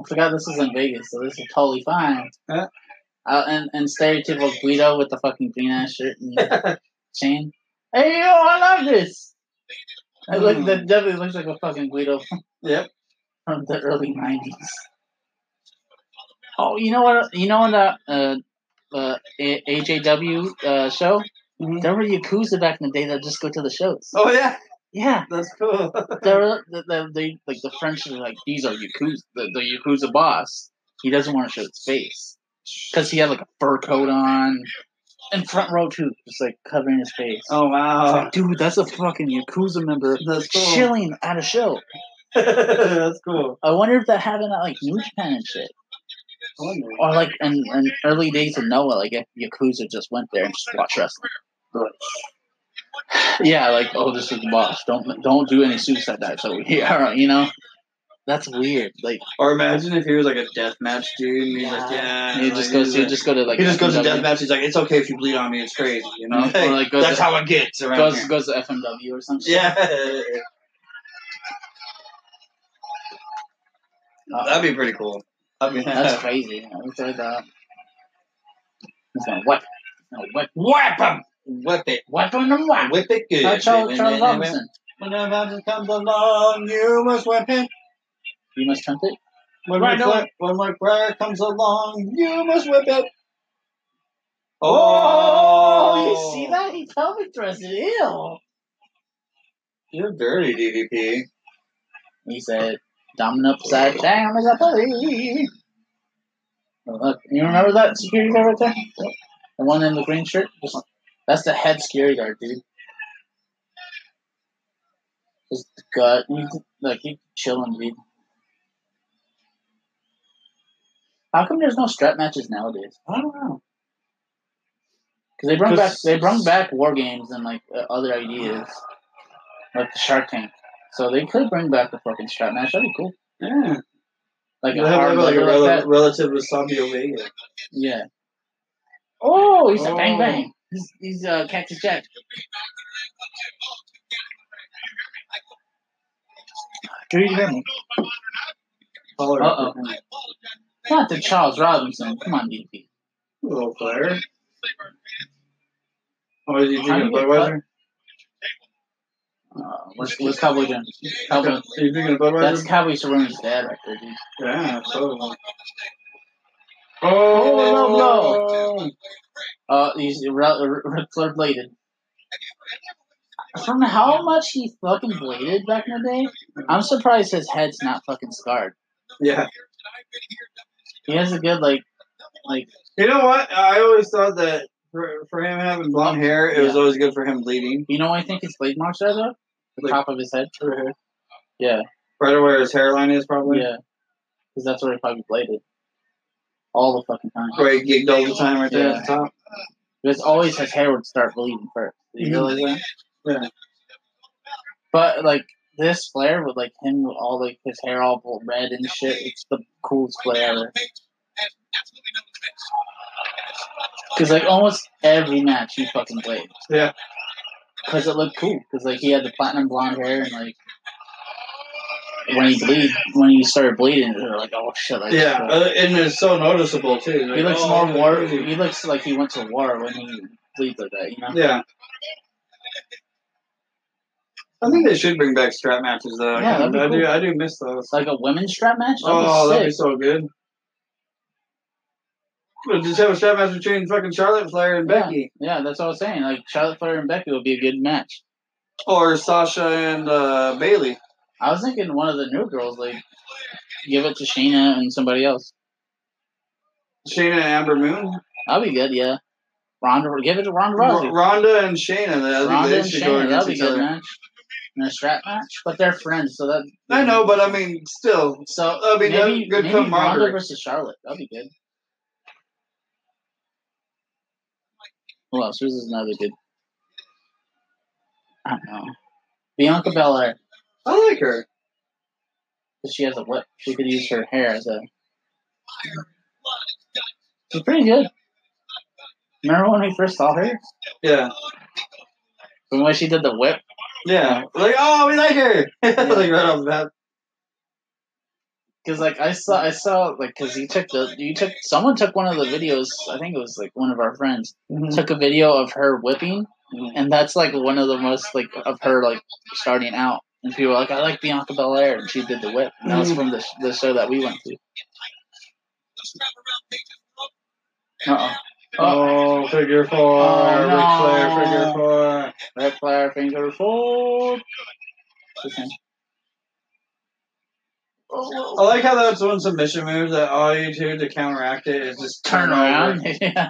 Speaker 2: I forgot this is in Vegas, so this is totally fine.
Speaker 1: Huh?
Speaker 2: Uh, and, and stereotypical Guido with the fucking green ass shirt and chain. Hey, yo, I love this! It, look, that definitely looks like a fucking Guido
Speaker 1: Hmm. Yep.
Speaker 2: from the early 90s. Oh, you know what? You know on the uh, uh, A- AJW uh, show?
Speaker 1: Mhm.
Speaker 2: There were Yakuza back in the day that just go to the shows.
Speaker 1: Oh yeah,
Speaker 2: Yeah.
Speaker 1: that's cool. [LAUGHS]
Speaker 2: There were, the, the, they, like, the French are like, these are Yakuza. The, the Yakuza boss, he doesn't want to show his face. Because he had, like, a fur coat on. And front row, too. Just, like, covering his face.
Speaker 1: Oh
Speaker 2: It's
Speaker 1: wow,
Speaker 2: like, dude, that's a fucking Yakuza member
Speaker 1: that's cool.
Speaker 2: chilling at a show.
Speaker 1: [LAUGHS] that's cool.
Speaker 2: I wonder if that happened at, like, New Japan and shit. Or like in, in early days of Noah, like if Yakuza just went there and just watched wrestling. Yeah, like oh, this is the boss. Don't don't do any suicide dives over here. [LAUGHS] You know, that's weird. Like
Speaker 1: Or imagine if he was like a death match dude, and he's like, yeah,
Speaker 2: yeah, you just go
Speaker 1: he's
Speaker 2: to
Speaker 1: like-
Speaker 2: just go to like
Speaker 1: he just goes to death
Speaker 2: FMW,
Speaker 1: match. He's like, it's okay if you bleed on me. It's crazy, you [LAUGHS] know.
Speaker 2: Mhm. Or like goes
Speaker 1: that's
Speaker 2: to-
Speaker 1: how it gets around
Speaker 2: goes [LAUGHS]
Speaker 1: here.
Speaker 2: goes to FMW or something.
Speaker 1: Yeah,
Speaker 2: uh,
Speaker 1: that'd be pretty cool. I mean, [LAUGHS]
Speaker 2: that's crazy. You know? It's like that. He's gonna whip, he's gonna whip,
Speaker 1: whap him, whip it,
Speaker 2: whip on the whack.
Speaker 1: whip it good.
Speaker 2: Like Charles, Charles Robinson.
Speaker 1: When a mountain comes along, you must whip it.
Speaker 2: You must tempt it.
Speaker 1: When
Speaker 2: Right,
Speaker 1: my
Speaker 2: no.
Speaker 1: fl- when my prayer comes along, you must whip it.
Speaker 2: Oh,
Speaker 1: Oh!
Speaker 2: you see that? He pelvic thrusted. Ew.
Speaker 1: You're dirty, DDP.
Speaker 2: He said, "Dominant upside down is a bully." Oh, Look, you remember that security guard right there? Yep. The one in the green shirt? Just like- That's the head security guard, dude. Just the gut. You could- Like, you chilling, dude. How come there's no strap matches nowadays?
Speaker 1: I don't know.
Speaker 2: Because they brought back
Speaker 1: 'Cause-
Speaker 2: they brought back war games and like uh, other ideas, like the Shark Tank. So they could bring back the fucking strap match. That'd be cool.
Speaker 1: Yeah.
Speaker 2: Like a
Speaker 1: They have
Speaker 2: hard
Speaker 1: like a
Speaker 2: leather like
Speaker 1: rel-
Speaker 2: that.
Speaker 1: relative with Zombie Omega.
Speaker 2: Yeah. Oh, he's a
Speaker 1: Oh.
Speaker 2: bang bang. He's, he's uh, Cactus Jack.
Speaker 1: Oh.
Speaker 2: Do you hear me?
Speaker 1: Holler
Speaker 2: Uh-oh.
Speaker 1: at him.
Speaker 2: Not the Charles Robinson. Come on, DP.
Speaker 1: Little player. What did you
Speaker 2: How
Speaker 1: drinking?
Speaker 2: do you get
Speaker 1: Budweiser?
Speaker 2: Uh, what's, what's Cowboy doing? Cowboy.
Speaker 1: Are you drinking
Speaker 2: That's
Speaker 1: Budweiser?
Speaker 2: Cowboy Cerrone's dad right there, dude.
Speaker 1: Yeah, totally.
Speaker 2: Oh, Uh, he's re- re- re- bladed. From how much he fucking bladed back in the day, I'm surprised his head's not fucking scarred.
Speaker 1: Yeah.
Speaker 2: He has a good, like, like,
Speaker 1: You know what? I always thought that for, for him having blonde hair, it was
Speaker 2: Yeah.
Speaker 1: always good for him bleeding.
Speaker 2: you know what I think his blade marks are, though? The
Speaker 1: Like-
Speaker 2: top of his head? Yeah.
Speaker 1: Right where his hairline is, probably.
Speaker 2: Yeah, because that's where he probably played it all the fucking time.
Speaker 1: Where he gigged all the time right there
Speaker 2: Yeah.
Speaker 1: at the top.
Speaker 2: Because always his hair would start bleeding first. Did you
Speaker 1: Mhm.
Speaker 2: realize that?
Speaker 1: Yeah.
Speaker 2: But like this flare with like him with all like his hair all bl- red and shit, it's the coolest flare ever. Because like almost every match he fucking played.
Speaker 1: Yeah.
Speaker 2: Because it looked cool. Because like he had the platinum blonde hair and like. When he bleed, when he started bleeding, they were like, "Oh shit!" Like,
Speaker 1: Yeah, uh, and it's so noticeable too.
Speaker 2: He
Speaker 1: Like,
Speaker 2: looks
Speaker 1: oh,
Speaker 2: more
Speaker 1: that's
Speaker 2: war.
Speaker 1: crazy.
Speaker 2: He looks like he went to war when he bleeds like that. You know.
Speaker 1: Yeah. I think they should bring back strap matches though.
Speaker 2: Yeah, that'd be
Speaker 1: I do.
Speaker 2: cool.
Speaker 1: I do miss those.
Speaker 2: It's like a women's strap match. That'd
Speaker 1: oh, that'd
Speaker 2: be
Speaker 1: be
Speaker 2: sick.
Speaker 1: so good. We'll just have a strap match between fucking Charlotte Flair and
Speaker 2: Yeah.
Speaker 1: Becky,
Speaker 2: yeah, that's what I was saying. Like Charlotte Flair and Becky would be a good match.
Speaker 1: or Sasha and uh, Bailey.
Speaker 2: I was thinking one of the new girls, like give it to Shayna and somebody else.
Speaker 1: Shayna and Amber Moon,
Speaker 2: That'd be good. Yeah, Ronda, give it to Ronda
Speaker 1: R-
Speaker 2: Rousey.
Speaker 1: Ronda and Shayna. I think
Speaker 2: Ronda
Speaker 1: they
Speaker 2: and
Speaker 1: should go
Speaker 2: Shayna.
Speaker 1: against
Speaker 2: That'd be
Speaker 1: each
Speaker 2: a good
Speaker 1: other.
Speaker 2: match. And a strap match, but they're friends, so that.
Speaker 1: I know, but I mean, still,
Speaker 2: So
Speaker 1: that'd be
Speaker 2: maybe,
Speaker 1: good- good
Speaker 2: maybe
Speaker 1: come
Speaker 2: Ronda
Speaker 1: Margaret.
Speaker 2: versus Charlotte. That'd be good. Who else? Who's another good? I don't know. Bianca Belair.
Speaker 1: I like her.
Speaker 2: Cause she has a whip. She could use her hair as a. She's pretty good. Remember when we first saw her?
Speaker 1: Yeah,
Speaker 2: When she did the whip
Speaker 1: Yeah. Like, oh, we like her. [LAUGHS] like right off the bat.
Speaker 2: Because like I saw, I saw like because you took the you took someone took one of the videos. I think it was like one of our friends took a video of her whipping,
Speaker 1: Mhm.
Speaker 2: and that's like one of the most like of her like starting out. And people were like, I like Bianca Belair, and she did the whip. And that was
Speaker 1: Mhm.
Speaker 2: from the the show that we went to. Uh oh.
Speaker 1: Oh, figure four.
Speaker 2: Oh,
Speaker 1: Ric
Speaker 2: no.
Speaker 1: Flair, figure four.
Speaker 2: Red flare finger fold. Okay.
Speaker 1: I like how that's one submission move that all you do to counteract it is just
Speaker 2: turn around. [LAUGHS] yeah.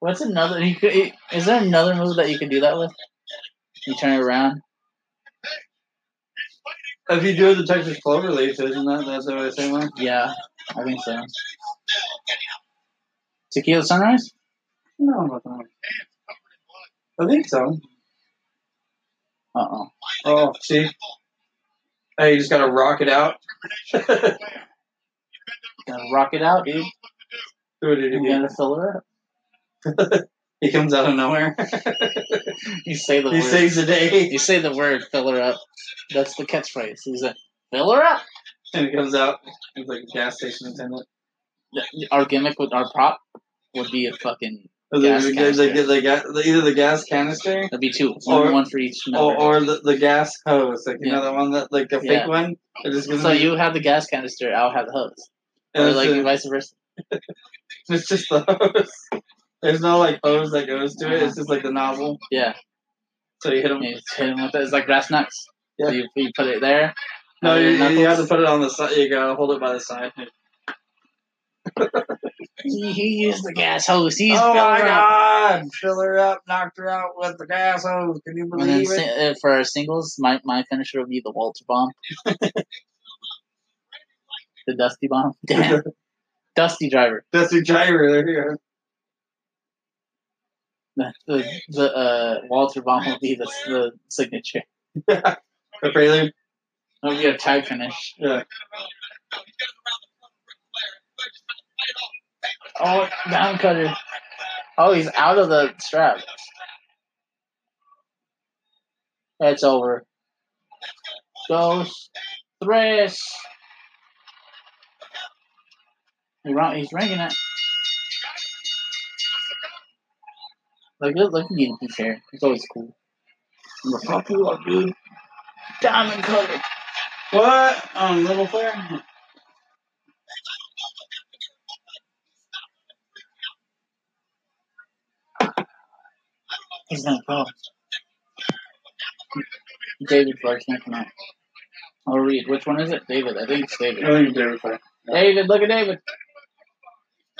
Speaker 2: What's another? You could, is there another move that you could do that with? You turn it around.
Speaker 1: If you do the Texas Clover Leaf, isn't that that's the same one?
Speaker 2: Yeah, I think so. Tequila sunrise.
Speaker 1: No, I'm not wrong. I think so.
Speaker 2: Uh oh.
Speaker 1: Oh, see, hey, you just gotta rock it out. [LAUGHS] do it
Speaker 2: Gotta rock it out, dude. You
Speaker 1: again.
Speaker 2: gotta fill her up.
Speaker 1: He comes out of
Speaker 2: [LAUGHS]
Speaker 1: nowhere.
Speaker 2: You say the
Speaker 1: he
Speaker 2: word.
Speaker 1: saves the day,
Speaker 2: you say the word. Fill her up. That's the catchphrase. He's like, fill her up.
Speaker 1: and he comes out. He's like a gas station attendant.
Speaker 2: Our gimmick with our prop would be a fucking.
Speaker 1: Or
Speaker 2: Gas
Speaker 1: the, the,
Speaker 2: canister.
Speaker 1: the, the ga- either the gas canister
Speaker 2: That'd be two.
Speaker 1: Or-
Speaker 2: One, one for each number.
Speaker 1: or, or the, the gas hose, like you
Speaker 2: Yeah.
Speaker 1: know the one that like a fake
Speaker 2: Yeah.
Speaker 1: one. It just gives
Speaker 2: so
Speaker 1: me-
Speaker 2: you have the gas canister. I'll have the hose.
Speaker 1: and
Speaker 2: Or
Speaker 1: it's
Speaker 2: like
Speaker 1: a-
Speaker 2: vice versa.
Speaker 1: [LAUGHS] It's just the hose. There's no like hose that goes to it. It's just like the nozzle. [LAUGHS]
Speaker 2: Yeah.
Speaker 1: So you hit them.
Speaker 2: And Uh-huh. you just hit 'em with it. It's like grass nuts.
Speaker 1: Yeah.
Speaker 2: So you, you put it there.
Speaker 1: No,
Speaker 2: and
Speaker 1: you,
Speaker 2: your
Speaker 1: you have to
Speaker 2: knuckles-
Speaker 1: put it on the side. You gotta hold it by the side.
Speaker 2: He, he used the gas hose. He's
Speaker 1: oh my
Speaker 2: filler up.
Speaker 1: god! Fill her up, knocked her out with the gas hose. Can you
Speaker 2: And then
Speaker 1: believe it?
Speaker 2: si- uh, for our singles, my, my finisher would be the Walter
Speaker 1: [LAUGHS]
Speaker 2: bomb. the Dusty
Speaker 1: [LAUGHS]
Speaker 2: bomb. Damn. Dusty driver.
Speaker 1: That's a gyro. There you
Speaker 2: The, the, the uh, Walter bomb would be the, the signature.
Speaker 1: go. the prelude.
Speaker 2: That would be a tag finish.
Speaker 1: Yeah.
Speaker 2: Oh, down cutter. Oh, he's out of the strap. It's over. Goes Thresh. He run- He's ringing it. Look at look at you here. It's always cool. I'm gonna fuck you up, dude. Diamond cutter.
Speaker 1: What? Um, little Flair.
Speaker 2: He's no problem. David Flair can't come out. I'll read. Which one is it? David. I think it's David.
Speaker 1: I think David Flair.
Speaker 2: David, look at David.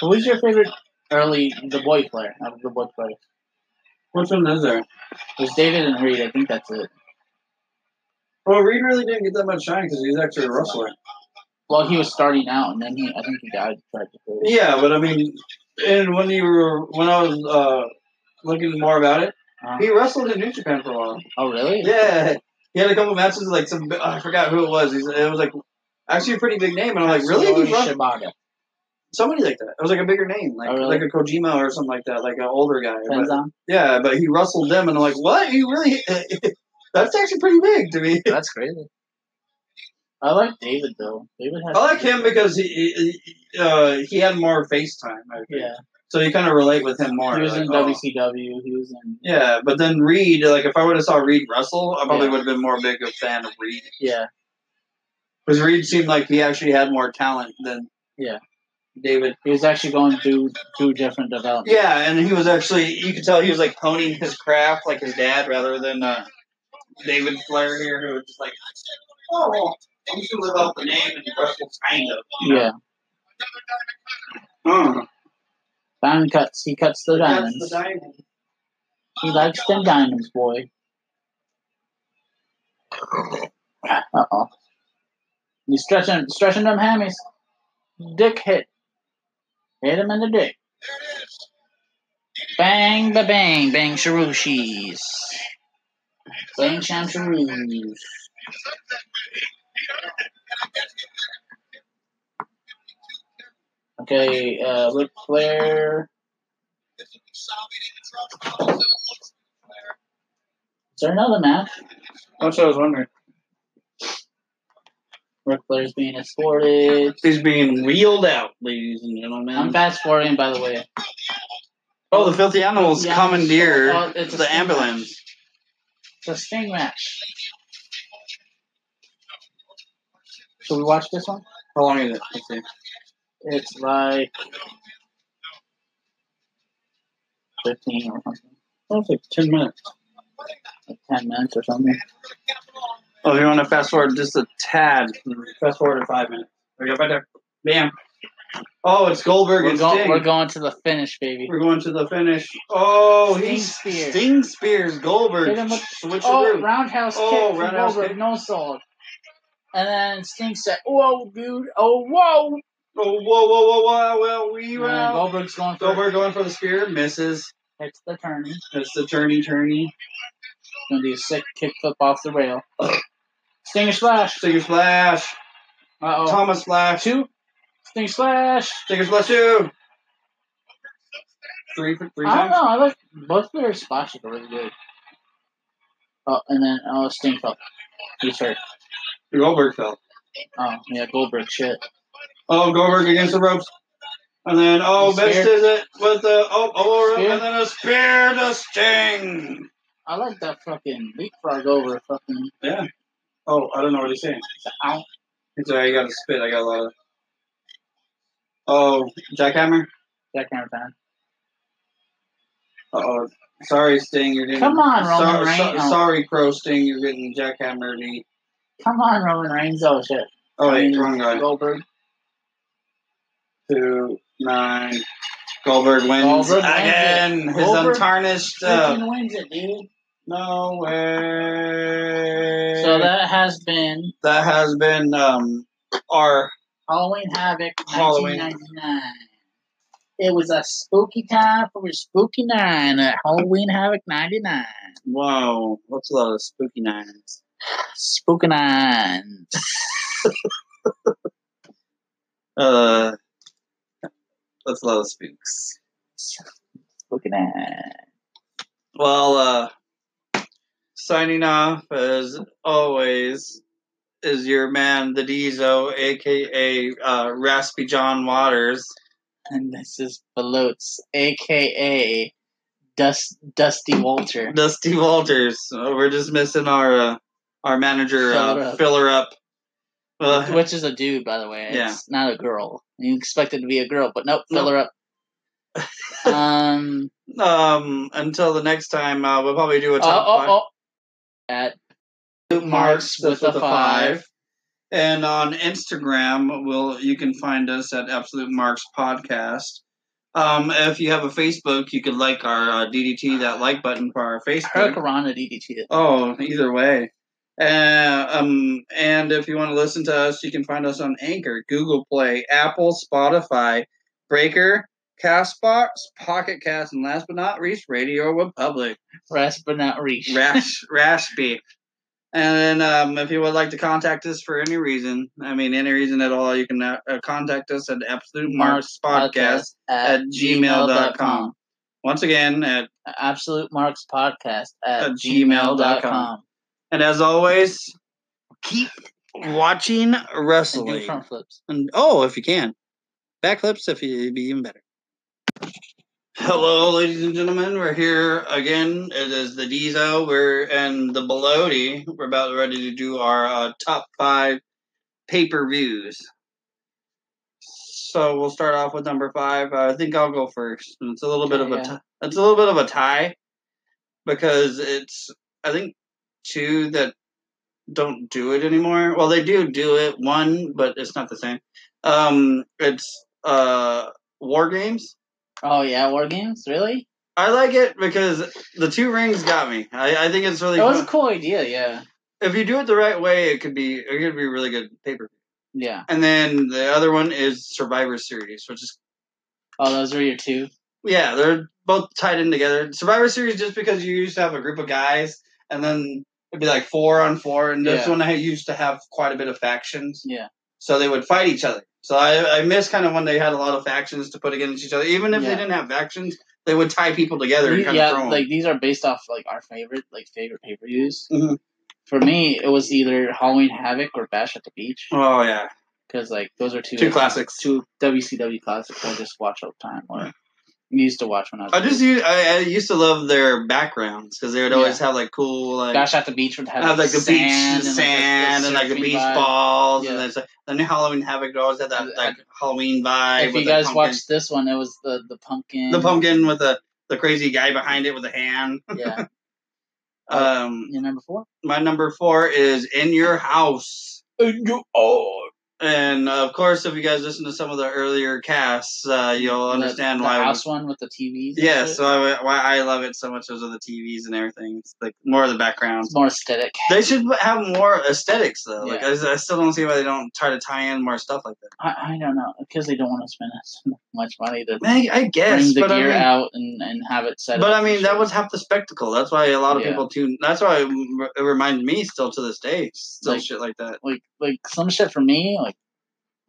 Speaker 2: Who's your favorite early the boy player out of the boy player?
Speaker 1: Which one is there?
Speaker 2: There's David and Reed. I think that's it.
Speaker 1: Well, Reed really didn't get that much shine because he's actually a wrestler.
Speaker 2: Well, he was starting out, and then he I think he died practically.
Speaker 1: Yeah, but I mean, and when you were when I was uh looking more about it,
Speaker 2: Uh,
Speaker 1: he wrestled in New Japan for a while.
Speaker 2: oh, really?
Speaker 1: Yeah, he had a couple matches with, like some. I forgot who it was. He's, it was like actually a pretty big name, and I'm like, really?
Speaker 2: Minoru
Speaker 1: He wrestled
Speaker 2: Shibata.
Speaker 1: somebody like that. It was like a bigger name, like
Speaker 2: Oh, really?
Speaker 1: like a Kojima or something like that, like an older guy. But- [LAUGHS]
Speaker 2: Tenzan?
Speaker 1: yeah, but he wrestled them, and I'm like, what? He really? [LAUGHS] That's actually pretty big to me.
Speaker 2: That's crazy. I like David though. David has.
Speaker 1: I like him because he he- he, uh, he had more face time. I think.
Speaker 2: Yeah,
Speaker 1: So you kind of relate with him more.
Speaker 2: he was
Speaker 1: like,
Speaker 2: in
Speaker 1: oh.
Speaker 2: WCW. He was in.
Speaker 1: Yeah, but then Reed, like if I would have saw Reed wrestle, I probably
Speaker 2: Yeah.
Speaker 1: would have been more big a fan of Reed.
Speaker 2: Yeah,
Speaker 1: Because Reed seemed like he actually had more talent than
Speaker 2: Yeah.
Speaker 1: David.
Speaker 2: he was actually going through two different developments.
Speaker 1: Yeah, and he was actually you could tell he was like honing his craft like his dad rather than uh, David Flair here who was just like Oh well, I'm just gonna live off the name and wrestle kind of. you know?
Speaker 2: Yeah,
Speaker 1: Hmm.
Speaker 2: diamond cuts. He cuts the
Speaker 1: That's the
Speaker 2: diamonds.
Speaker 1: diamond.
Speaker 2: He likes them diamonds, boy. Uh oh. He's stretching stretching them hammies. Dick hit. Hit him in the dick. Bang ba bang bang sharooshies. Bang sham sharoos. Okay, uh Ric Flair. Is there another map?
Speaker 4: That's what I was wondering.
Speaker 2: Where players being escorted.
Speaker 1: He's being wheeled out, ladies and gentlemen.
Speaker 2: I'm fast forwarding, by the way.
Speaker 1: Oh, the filthy animals
Speaker 2: Yeah.
Speaker 1: commandeer
Speaker 2: Oh, it's a
Speaker 1: the
Speaker 2: sting
Speaker 1: ambulance.
Speaker 2: It's a sting match. Should we watch this one?
Speaker 1: How long is it? Let's see.
Speaker 2: It's like 15 or something.
Speaker 1: Oh, it's like 10 minutes.
Speaker 2: Like 10 minutes or something.
Speaker 1: Oh, if you want to fast forward just a tad, fast forward to five minutes. There you go, right there. Bam. Oh, it's Goldberg
Speaker 2: We're,
Speaker 1: and
Speaker 2: go-
Speaker 1: Sting.
Speaker 2: we're going to the finish, baby.
Speaker 1: We're going to the finish. Oh,
Speaker 2: Sting
Speaker 1: he
Speaker 2: Spear.
Speaker 1: Sting Spears Goldberg.
Speaker 2: Hit him with-
Speaker 1: Switcheroo.
Speaker 2: Oh, roundhouse kick
Speaker 1: Oh,
Speaker 2: from
Speaker 1: roundhouse
Speaker 2: Goldberg,
Speaker 1: kick.
Speaker 2: no sold. And then Sting said, "Whoa, dude! Oh, whoa!"
Speaker 1: oh, whoa, whoa, whoa, whoa, well, we
Speaker 2: And
Speaker 1: were
Speaker 2: then
Speaker 1: out.
Speaker 2: Goldberg's going for
Speaker 1: Goldberg going for the spear, misses.
Speaker 2: hits the turn. He's
Speaker 1: It's the turny turny.
Speaker 2: gonna do a sick kick flip off the rail. [CLEARS THROAT] Stinger slash.
Speaker 1: Stinger splash.
Speaker 2: Uh oh.
Speaker 1: Thomas splash.
Speaker 2: Two. Sting slash.
Speaker 1: Stinger splash two. Three for three
Speaker 2: I don't
Speaker 1: times.
Speaker 2: know. I like both their splashes are really good. Oh, and then oh, Sting fell. He's hurt.
Speaker 1: Goldberg fell.
Speaker 2: Oh yeah, Goldberg shit.
Speaker 1: Oh, Goldberg against the ropes. And then, oh,
Speaker 2: Spear.
Speaker 1: missed is it with the, oh, oh, rope,
Speaker 2: Spear.
Speaker 1: and then a spear to Sting.
Speaker 2: I like that fucking leapfrog over fucking.
Speaker 1: Oh, I don't know what he's saying.
Speaker 2: Ow.
Speaker 1: It's alright, I got to spit. I got a lot of. Oh, jackhammer?
Speaker 2: That kind of time.
Speaker 1: Uh oh. Sorry, Sting, you're getting.
Speaker 2: Come on, Roman
Speaker 1: Sorry,
Speaker 2: Reigns.
Speaker 1: so- sorry, Crow Sting, you're getting jackhammered. knee.
Speaker 2: Come on, Roman Reigns. Oh shit.
Speaker 1: Oh, wait, wrong guy.
Speaker 2: Goldberg.
Speaker 1: Two, nine. Goldberg wins
Speaker 2: Goldberg wins it.
Speaker 1: again. His
Speaker 2: Goldberg
Speaker 1: untarnished. Uh,
Speaker 2: Freaking wins it, dude.
Speaker 1: no way.
Speaker 2: So that has been
Speaker 1: that has been um our
Speaker 2: Halloween Havoc
Speaker 1: Halloween.
Speaker 2: 1999. It was a spooky time for a spooky nine at Halloween Havoc 99.
Speaker 1: wow what's a lot of spooky nines
Speaker 2: Spooky nine.
Speaker 1: uh that's a lot of spooks
Speaker 2: Spooky nine.
Speaker 1: well uh signing off as always is your man the Diesel, aka uh raspy john waters
Speaker 2: And this is Balotz, aka Dust, Dusty Walter.
Speaker 1: dusty walters Uh, we're just missing our uh, our manager
Speaker 2: Filler
Speaker 1: uh,
Speaker 2: up.
Speaker 1: filler up uh,
Speaker 2: Which is a dude, by the way.
Speaker 1: Yeah.
Speaker 2: It's not a girl. You expect it to be a girl, but nope, fill
Speaker 1: Nope.
Speaker 2: her up.
Speaker 1: [LAUGHS]
Speaker 2: um.
Speaker 1: um until the next time uh, we'll probably do a
Speaker 2: Oh,
Speaker 1: top
Speaker 2: oh,
Speaker 1: five
Speaker 2: oh. At
Speaker 1: Marks with,
Speaker 2: with
Speaker 1: a
Speaker 2: a
Speaker 1: five.
Speaker 2: five.
Speaker 1: And on Instagram, will you can find us at Absolute Marks Podcast. Um, if you have a Facebook, you could like our uh, DDT that like button for our Facebook.
Speaker 2: Hurricanrana DDT.
Speaker 1: Oh, either way. Uh, um, and if you want to listen to us, you can find us on Anchor, Google Play, Apple, Spotify, Breaker, Castbox, Pocket Cast, and last but not least, Radio Republic.
Speaker 2: Last but not least.
Speaker 1: Rash, raspy. And then, um, if you would like to contact us for any reason, I mean, any reason at all, you can uh, uh, contact us at Absolute Marks Podcast at gmail.com. Once again, at,
Speaker 2: Absolute Marks Podcast at,
Speaker 1: at
Speaker 2: gmail dot
Speaker 1: gmail.com.
Speaker 2: gmail.com.
Speaker 1: And as always, keep watching
Speaker 2: And do
Speaker 1: wrestling.
Speaker 2: front flips.
Speaker 1: And oh, if you can, backflips if you, it'd be even better. Hello, ladies and gentlemen. We're here again. It is the Dizo. We're and the Belody. We're about ready to do our uh, top five pay per views. So we'll start off with number five. I think I'll go first. And It's a little bit of
Speaker 2: Yeah.
Speaker 1: a t- it's a little bit of a tie because it's I think two that don't do it anymore. Well, they do do it one, but it's not the same. Um, it's uh War Games.
Speaker 2: Oh, yeah, War Games? Really?
Speaker 1: I like it because the two rings got me. I, I think it's really
Speaker 2: That was a
Speaker 1: fun.
Speaker 2: cool idea, yeah.
Speaker 1: if you do it the right way, it could be it could be a really good paper.
Speaker 2: Yeah.
Speaker 1: And then the other one is Survivor Series, which is
Speaker 2: Oh, those were your two?
Speaker 1: yeah, they're both tied in together. Survivor Series just because you used to have a group of guys and then it'd be like four on four, and this
Speaker 2: Yeah.
Speaker 1: one I used to have quite a bit of factions.
Speaker 2: Yeah.
Speaker 1: So they would fight each other. So I, I miss kind of when they had a lot of factions to put against each other. Even if
Speaker 2: Yeah.
Speaker 1: they didn't have factions, they would tie people together and kind
Speaker 2: yeah,
Speaker 1: of throw 'em.
Speaker 2: like these are based off like our favorite, like favorite pay per views.
Speaker 1: Mhm.
Speaker 2: For me, it was either Halloween Havoc or Bash at the Beach
Speaker 1: oh yeah,
Speaker 2: because like those are two
Speaker 1: two classics.
Speaker 2: two WCW classics I just watch all the time or used to watch when I was.
Speaker 1: I just used, I, I used to love their backgrounds because they would always have like cool like
Speaker 2: Bash at the Beach would have,
Speaker 1: have like the
Speaker 2: sand
Speaker 1: beach
Speaker 2: and,
Speaker 1: sand and like the
Speaker 2: surfing
Speaker 1: beach
Speaker 2: vibe.
Speaker 1: balls
Speaker 2: Yeah.
Speaker 1: and there's like the new Halloween Havoc always had
Speaker 2: And- uh,
Speaker 1: that like Halloween vibe.
Speaker 2: If
Speaker 1: with
Speaker 2: you
Speaker 1: the
Speaker 2: guys
Speaker 1: pumpkin.
Speaker 2: watched this one, it was the the pumpkin.
Speaker 1: the pumpkin with the the crazy guy behind it with a hand.
Speaker 2: Yeah, Oh,
Speaker 1: Um,
Speaker 2: you number
Speaker 1: [LAUGHS]
Speaker 2: four.
Speaker 1: my number four is in your house.
Speaker 2: And you are.
Speaker 1: And of course, if you guys listen to some of the earlier casts, uh, you'll understand
Speaker 2: Mm-hmm. the,
Speaker 1: why.
Speaker 2: the house one with the TVs. and
Speaker 1: yeah,
Speaker 2: shit.
Speaker 1: so I, why I love it so much is with the TVs and everything. It's like more of the background.
Speaker 2: it's more aesthetic.
Speaker 1: They should have more aesthetics though. Like
Speaker 2: Yeah.
Speaker 1: I, I still don't see why they don't try to tie in more stuff like that.
Speaker 2: I, I don't know because they don't want to spend as [LAUGHS] much money to
Speaker 1: I, I guess,
Speaker 2: bring the
Speaker 1: but I
Speaker 2: gear
Speaker 1: mean,
Speaker 2: out and, and have it set.
Speaker 1: but
Speaker 2: up
Speaker 1: I mean
Speaker 2: and
Speaker 1: that
Speaker 2: shit.
Speaker 1: was half the spectacle. That's why a lot of
Speaker 2: Yeah.
Speaker 1: people tune. That's why it, it reminds me still to this day, still
Speaker 2: Like-
Speaker 1: shit like that.
Speaker 2: like like some shit for me like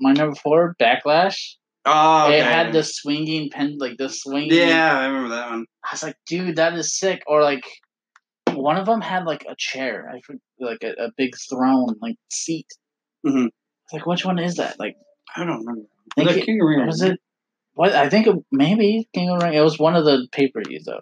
Speaker 2: my number four backlash.
Speaker 1: Oh, okay.
Speaker 2: It had the swinging pen like the swinging.
Speaker 1: Yeah, I remember that one.
Speaker 2: I was like, dude, that is sick. Or like, one of them had like a chair, I for- like a, a big throne, like seat.
Speaker 1: Mhm.
Speaker 2: It's Like, which one is that? Like,
Speaker 1: I don't remember.
Speaker 2: I
Speaker 1: Was
Speaker 2: think
Speaker 1: it King of Ring?
Speaker 2: it, was it? What I think it, maybe King of the Ring. It was one of the pay per views though.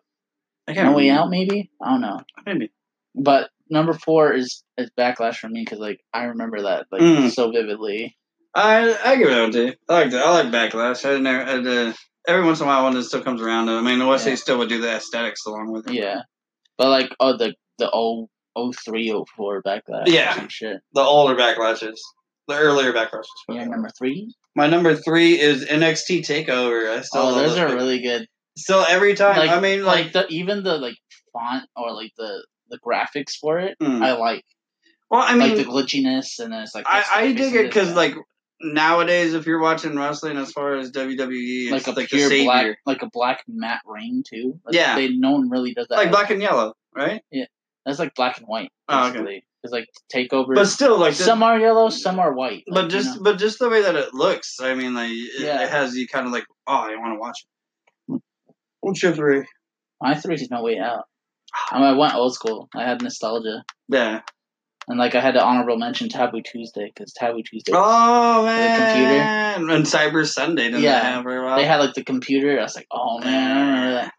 Speaker 1: I can't
Speaker 2: No Way
Speaker 1: remember. e,
Speaker 2: Out, maybe. I don't know.
Speaker 1: Maybe.
Speaker 2: But number four is is backlash for me because like I remember that like
Speaker 1: Mm.
Speaker 2: so vividly.
Speaker 1: I I give it out to you. I like that. I like backlash. I didn't. I, uh, every once in a while, one that still comes around. I mean, unless
Speaker 2: Yeah.
Speaker 1: they still would do the aesthetics along with it.
Speaker 2: Yeah. But like, oh the the old. 0304 backlash. or
Speaker 1: Yeah.
Speaker 2: some shit.
Speaker 1: The older backlashes, the earlier backlashes.
Speaker 2: Yeah, number three.
Speaker 1: My number three is NXT Takeover. I still
Speaker 2: Oh,
Speaker 1: love
Speaker 2: those
Speaker 1: those
Speaker 2: are
Speaker 1: pic-
Speaker 2: really good.
Speaker 1: still every time.
Speaker 2: Like-
Speaker 1: I mean,
Speaker 2: like
Speaker 1: like,
Speaker 2: the even the like font or like the the graphics for it
Speaker 1: mm.
Speaker 2: i like
Speaker 1: well, I mean,
Speaker 2: like the glitchiness and then it's like
Speaker 1: I,
Speaker 2: this,
Speaker 1: I
Speaker 2: this,
Speaker 1: dig
Speaker 2: this,
Speaker 1: it because
Speaker 2: that.
Speaker 1: like nowadays, if you're watching wrestling, as far as WWE,
Speaker 2: like
Speaker 1: it's
Speaker 2: a
Speaker 1: like, the
Speaker 2: pure
Speaker 1: savior,
Speaker 2: black like a black matte ring too like,
Speaker 1: Yeah.
Speaker 2: they no one really does that
Speaker 1: like black and yellow, right?
Speaker 2: that's like black and white
Speaker 1: Oh, okay.
Speaker 2: basically it's like takeover
Speaker 1: But still, like the-
Speaker 2: some are yellow some are white like,
Speaker 1: But
Speaker 2: you
Speaker 1: just
Speaker 2: know.
Speaker 1: but just the way that it looks, I mean, like it,
Speaker 2: Yeah.
Speaker 1: it has you kind of like, oh, I want to watch it. What's your three?
Speaker 2: my three is no way out I, mean, I went old school i had nostalgia
Speaker 1: Yeah.
Speaker 2: and like i had to honorable mention taboo tuesday because taboo tuesday
Speaker 1: Oh
Speaker 2: computer.
Speaker 1: man, and Cyber Sunday didn't
Speaker 2: Yeah.
Speaker 1: yeah. have very well.
Speaker 2: they had like the computer. I was like, oh man, I remember that.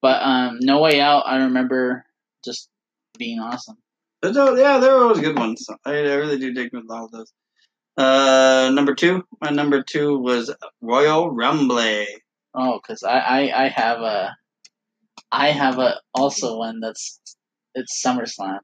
Speaker 2: But um, No Way Out, I remember just being awesome.
Speaker 1: But no, yeah, they were always good ones. I, I really do dig with all of those. Uh, number two, my number two was Royal Rumble.
Speaker 2: Oh, cause I I, I have a, I have a also one that's it's SummerSlam.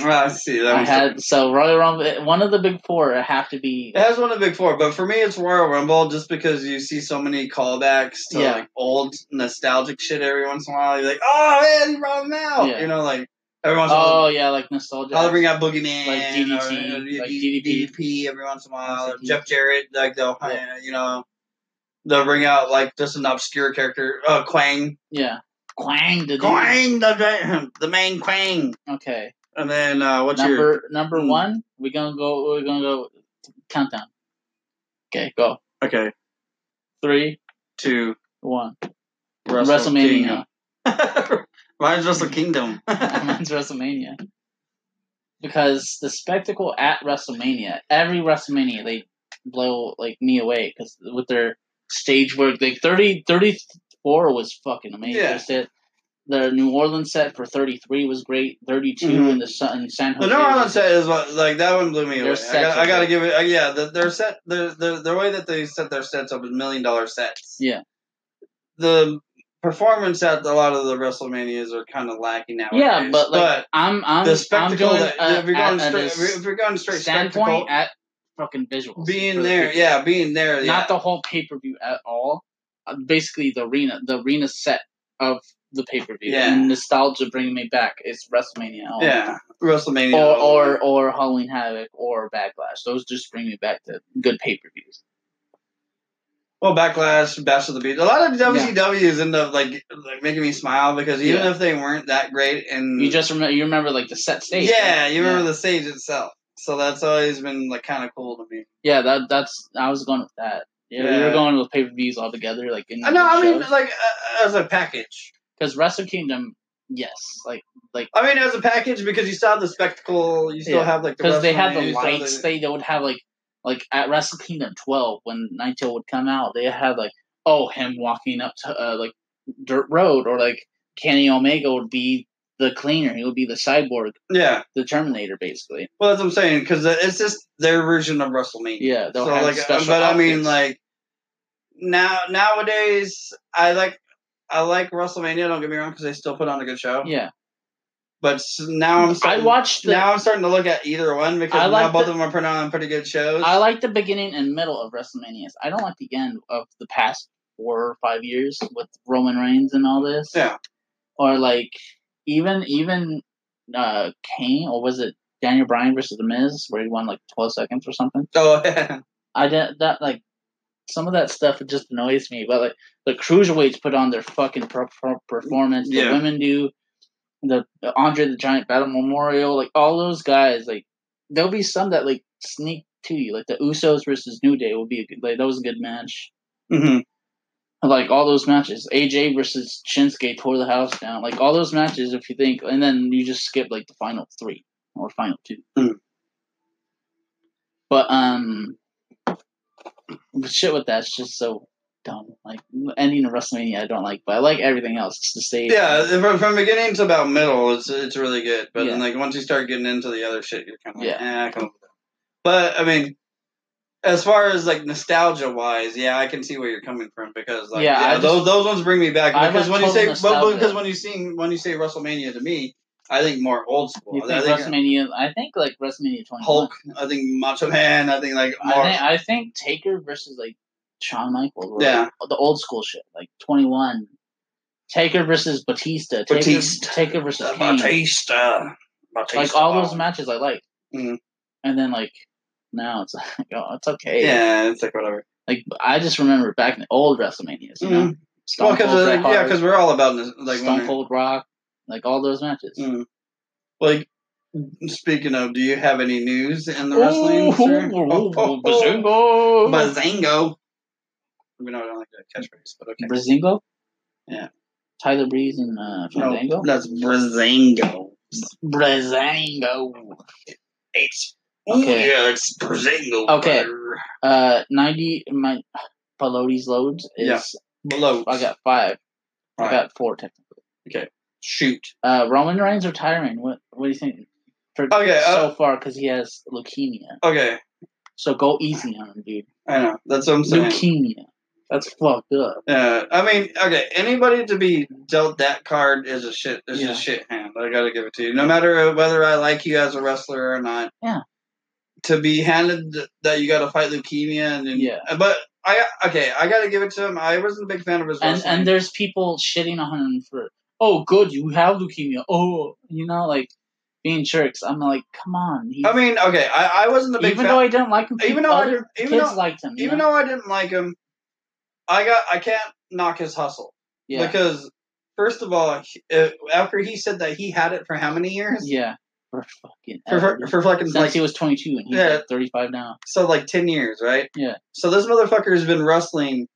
Speaker 1: Well, I see that.
Speaker 2: I
Speaker 1: was-
Speaker 2: had so Royal Rumble, eh, one of the big four have to be.
Speaker 1: It has one of the big four, but for me, it's Royal Rumble just because you see so many callbacks to
Speaker 2: Yeah.
Speaker 1: like old nostalgic shit every once in a while. You're like, oh man, he brought him out.
Speaker 2: Yeah.
Speaker 1: You know, like every once in a while.
Speaker 2: Oh yeah, like nostalgia.
Speaker 1: I'll bring out Boogeyman,
Speaker 2: Like DDT,
Speaker 1: or, you know,
Speaker 2: like
Speaker 1: DDP, every once in a while.
Speaker 2: DDP.
Speaker 1: Jeff Jarrett, like they'll, you know, they'll bring out like just an obscure character, uh, Quang,
Speaker 2: yeah, Quang the dude.
Speaker 1: Quang, [LAUGHS] the the main Quang,
Speaker 2: Okay,
Speaker 1: and then uh, what's your
Speaker 2: number number
Speaker 1: Hmm.
Speaker 2: one. We're gonna go. We're gonna go countdown. Okay, go
Speaker 1: okay
Speaker 2: three,
Speaker 1: to
Speaker 2: one.
Speaker 1: Wrestle
Speaker 2: WrestleMania.
Speaker 1: Kingdom. [LAUGHS] Mine's Wrestle
Speaker 2: [LAUGHS]
Speaker 1: Kingdom. [LAUGHS]
Speaker 2: Mine's WrestleMania. Because the spectacle at WrestleMania, every WrestleMania, they blow like me away because with their stage work, like 30, 34 was fucking amazing.
Speaker 1: Yeah.
Speaker 2: Just it. The New Orleans set for 33 was great. 32
Speaker 1: Mhm.
Speaker 2: in the sun, in San
Speaker 1: The
Speaker 2: Jose.
Speaker 1: New Orleans
Speaker 2: was-
Speaker 1: set is what, like that one blew me
Speaker 2: Their
Speaker 1: away. I
Speaker 2: sets
Speaker 1: gotta,
Speaker 2: are
Speaker 1: I gotta
Speaker 2: good.
Speaker 1: give it. Uh, yeah, the, their set, the, the the way that they set their sets up is million dollar sets.
Speaker 2: Yeah.
Speaker 1: The performance at a lot of the WrestleManias are kind of lacking now.
Speaker 2: Yeah, but like I'm, I'm,
Speaker 1: the spectacle
Speaker 2: I'm doing,
Speaker 1: that
Speaker 2: uh,
Speaker 1: if you're going
Speaker 2: at- at
Speaker 1: straight,
Speaker 2: a
Speaker 1: if you're going straight spectacle,
Speaker 2: standpoint at fucking visuals. for
Speaker 1: being
Speaker 2: the
Speaker 1: there,
Speaker 2: people.
Speaker 1: yeah, being there, yeah.
Speaker 2: not the whole pay per view at all. Uh, basically, the arena, the arena set of the pay per view,
Speaker 1: Yeah.
Speaker 2: and nostalgia bringing me back is WrestleMania. all the time.
Speaker 1: yeah, WrestleMania
Speaker 2: Or, or or Halloween Havoc or Backlash. Those just bring me back to good pay per views.
Speaker 1: Well, Backlash, Bash of the Beach. A lot of WCWs end up like like making me smile because even
Speaker 2: Yeah.
Speaker 1: if they weren't that great, and
Speaker 2: You just remember you remember like the set stage.
Speaker 1: Mm. yeah,
Speaker 2: right?
Speaker 1: you remember the stage itself. So that's always been like kind of cool to me.
Speaker 2: Yeah, that that's I was going with that. Yeah, we
Speaker 1: Yeah.
Speaker 2: were going with pay per views all together, like in
Speaker 1: Uh, No, I mean like uh, as a package.
Speaker 2: because Wrestle Kingdom, yes, like
Speaker 1: I mean as a package because you still have the spectacle. You still
Speaker 2: Yeah,
Speaker 1: have like the
Speaker 2: because they
Speaker 1: WrestleMania,
Speaker 2: had the
Speaker 1: you still have
Speaker 2: lights.
Speaker 1: the-
Speaker 2: They, they would have like like at Wrestle Kingdom 12 when Naito would come out, they had like oh him walking up to uh, like dirt road or like Kenny Omega would be the cleaner. He would be the cyborg,
Speaker 1: yeah.
Speaker 2: the Terminator, basically.
Speaker 1: Well, that's what I'm saying because it's just their version of WrestleMania.
Speaker 2: Yeah, they'll
Speaker 1: so
Speaker 2: have
Speaker 1: like, uh,
Speaker 2: special.
Speaker 1: but I mean,
Speaker 2: outfits.
Speaker 1: like now nowadays, I like I like WrestleMania. Don't get me wrong, because they still put on a good show.
Speaker 2: yeah,
Speaker 1: But s- now I'm
Speaker 2: I
Speaker 1: starting,
Speaker 2: watched the
Speaker 1: now I'm starting to look at either one because
Speaker 2: I
Speaker 1: now
Speaker 2: like
Speaker 1: both
Speaker 2: the-
Speaker 1: of them are putting on pretty good shows.
Speaker 2: I like the beginning and middle of WrestleManias. I don't like the end of the past four or five years with Roman Reigns and all this.
Speaker 1: Yeah.
Speaker 2: Or like even even uh Kane or was it Daniel Bryan versus The Miz where he won like twelve seconds or something.
Speaker 1: so [LAUGHS] yeah,
Speaker 2: I didn't that like some of that stuff it just annoys me. But like the cruiserweights put on their fucking per- per- performance. The
Speaker 1: Yeah.
Speaker 2: women do the, the Andre the Giant Battle Memorial. Like all those guys. Like there'll be some that like sneak to you. Like the Usos versus New Day will be a good, like that was a good match.
Speaker 1: Mhm.
Speaker 2: Like all those matches, AJ versus Shinsuke tore the house down. Like all those matches, if you think, and then you just skip like the final three or final two.
Speaker 1: Mm.
Speaker 2: But um, but shit with that's just so dumb. Like ending of WrestleMania, I don't like, but I like everything else. It's the same.
Speaker 1: yeah. From, from beginning to about middle, it's it's really good. But then
Speaker 2: Yeah.
Speaker 1: like once you start getting into the other shit, you're kind of like,
Speaker 2: Yeah.
Speaker 1: eh, I can. But I mean. As far as like nostalgia wise, yeah, I can see where you're coming from because like
Speaker 2: Yeah,
Speaker 1: yeah,
Speaker 2: I just-
Speaker 1: those those ones bring me back
Speaker 2: I
Speaker 1: because
Speaker 2: went
Speaker 1: when you say
Speaker 2: total nostalgia.
Speaker 1: because when you see when you say WrestleMania to me, I think more old school.
Speaker 2: You
Speaker 1: I
Speaker 2: think
Speaker 1: think uh,
Speaker 2: WrestleMania? I think like WrestleMania twenty.
Speaker 1: Hulk, I think Macho Man, I think like more
Speaker 2: I think, I think Taker versus like Shawn Michaels. or,
Speaker 1: Yeah.
Speaker 2: like, the old school shit, like twenty one. Taker versus Batista. Taker,
Speaker 1: Batiste.
Speaker 2: Taker versus
Speaker 1: Uh,
Speaker 2: Kane.
Speaker 1: Batista, Batista,
Speaker 2: Like all those matches, I like.
Speaker 1: Mhm.
Speaker 2: And then like now it's [LAUGHS] like oh, it's okay.
Speaker 1: Yeah, it's like whatever.
Speaker 2: Like I just remember back in the old WrestleManias, you know, Stone
Speaker 1: Mm-hmm. Well, because
Speaker 2: Cold Bret
Speaker 1: yeah,
Speaker 2: Hart,
Speaker 1: because we're all about this, like
Speaker 2: Stone
Speaker 1: wondering-
Speaker 2: Cold Rock, like all those matches.
Speaker 1: Mm. Like speaking of, do you have any news in the wrestling? sir? Oh, oh, oh.
Speaker 2: Bazingo.
Speaker 1: Bazingo. We know I don't like that catchphrase, but okay.
Speaker 2: Brazingo?
Speaker 1: Yeah.
Speaker 2: Tyler Breeze and
Speaker 1: No,
Speaker 2: uh, Fandango?
Speaker 1: that's Brazingo.
Speaker 2: Brazingo.
Speaker 1: It's
Speaker 2: Okay.
Speaker 1: yeah, it's Brazingo.
Speaker 2: Okay.
Speaker 1: brother.
Speaker 2: Uh, 90, my Pelotti's loads is,
Speaker 1: Yeah. Below.
Speaker 2: I got five. I
Speaker 1: Alright,
Speaker 2: got four technically.
Speaker 1: shoot.
Speaker 2: Uh, Roman Reigns retiring. What What do you think? For,
Speaker 1: Okay,
Speaker 2: so
Speaker 1: uh,
Speaker 2: far because he has leukemia.
Speaker 1: Okay,
Speaker 2: So go easy on him, dude.
Speaker 1: I know. That's what I'm saying.
Speaker 2: Leukemia. That's fucked up.
Speaker 1: Yeah, Uh, I mean, okay, anybody to be dealt that card is a shit. Is
Speaker 2: Yeah.
Speaker 1: a shit hand. I gotta give it to you. No matter uh, whether I like you as a wrestler or not.
Speaker 2: Yeah.
Speaker 1: To be handed th- that you got to fight leukemia and, and
Speaker 2: Yeah.
Speaker 1: but I okay, I gotta give it to him. I wasn't a big fan of his
Speaker 2: And
Speaker 1: wrestling.
Speaker 2: and there's people shitting on him for oh good you have leukemia oh you know like being jerks. I'm like come on. He,
Speaker 1: I mean, okay, I, I wasn't a big
Speaker 2: even
Speaker 1: fan.
Speaker 2: though I didn't like him,
Speaker 1: even
Speaker 2: people-
Speaker 1: though I
Speaker 2: other
Speaker 1: didn't- even
Speaker 2: kids
Speaker 1: though
Speaker 2: liked him. you
Speaker 1: even
Speaker 2: know?
Speaker 1: though I didn't like him, I got I can't knock his hustle
Speaker 2: yeah
Speaker 1: because first of all, he- uh, after he said that he had it for how many [LAUGHS] years?
Speaker 2: yeah for fucking
Speaker 1: For,
Speaker 2: ever,
Speaker 1: for,
Speaker 2: dude.
Speaker 1: for fucking
Speaker 2: since
Speaker 1: like
Speaker 2: he was 22 and he's
Speaker 1: Yeah.
Speaker 2: like 35 now.
Speaker 1: so like 10 years, right?
Speaker 2: Yeah.
Speaker 1: So this motherfucker's been wrestling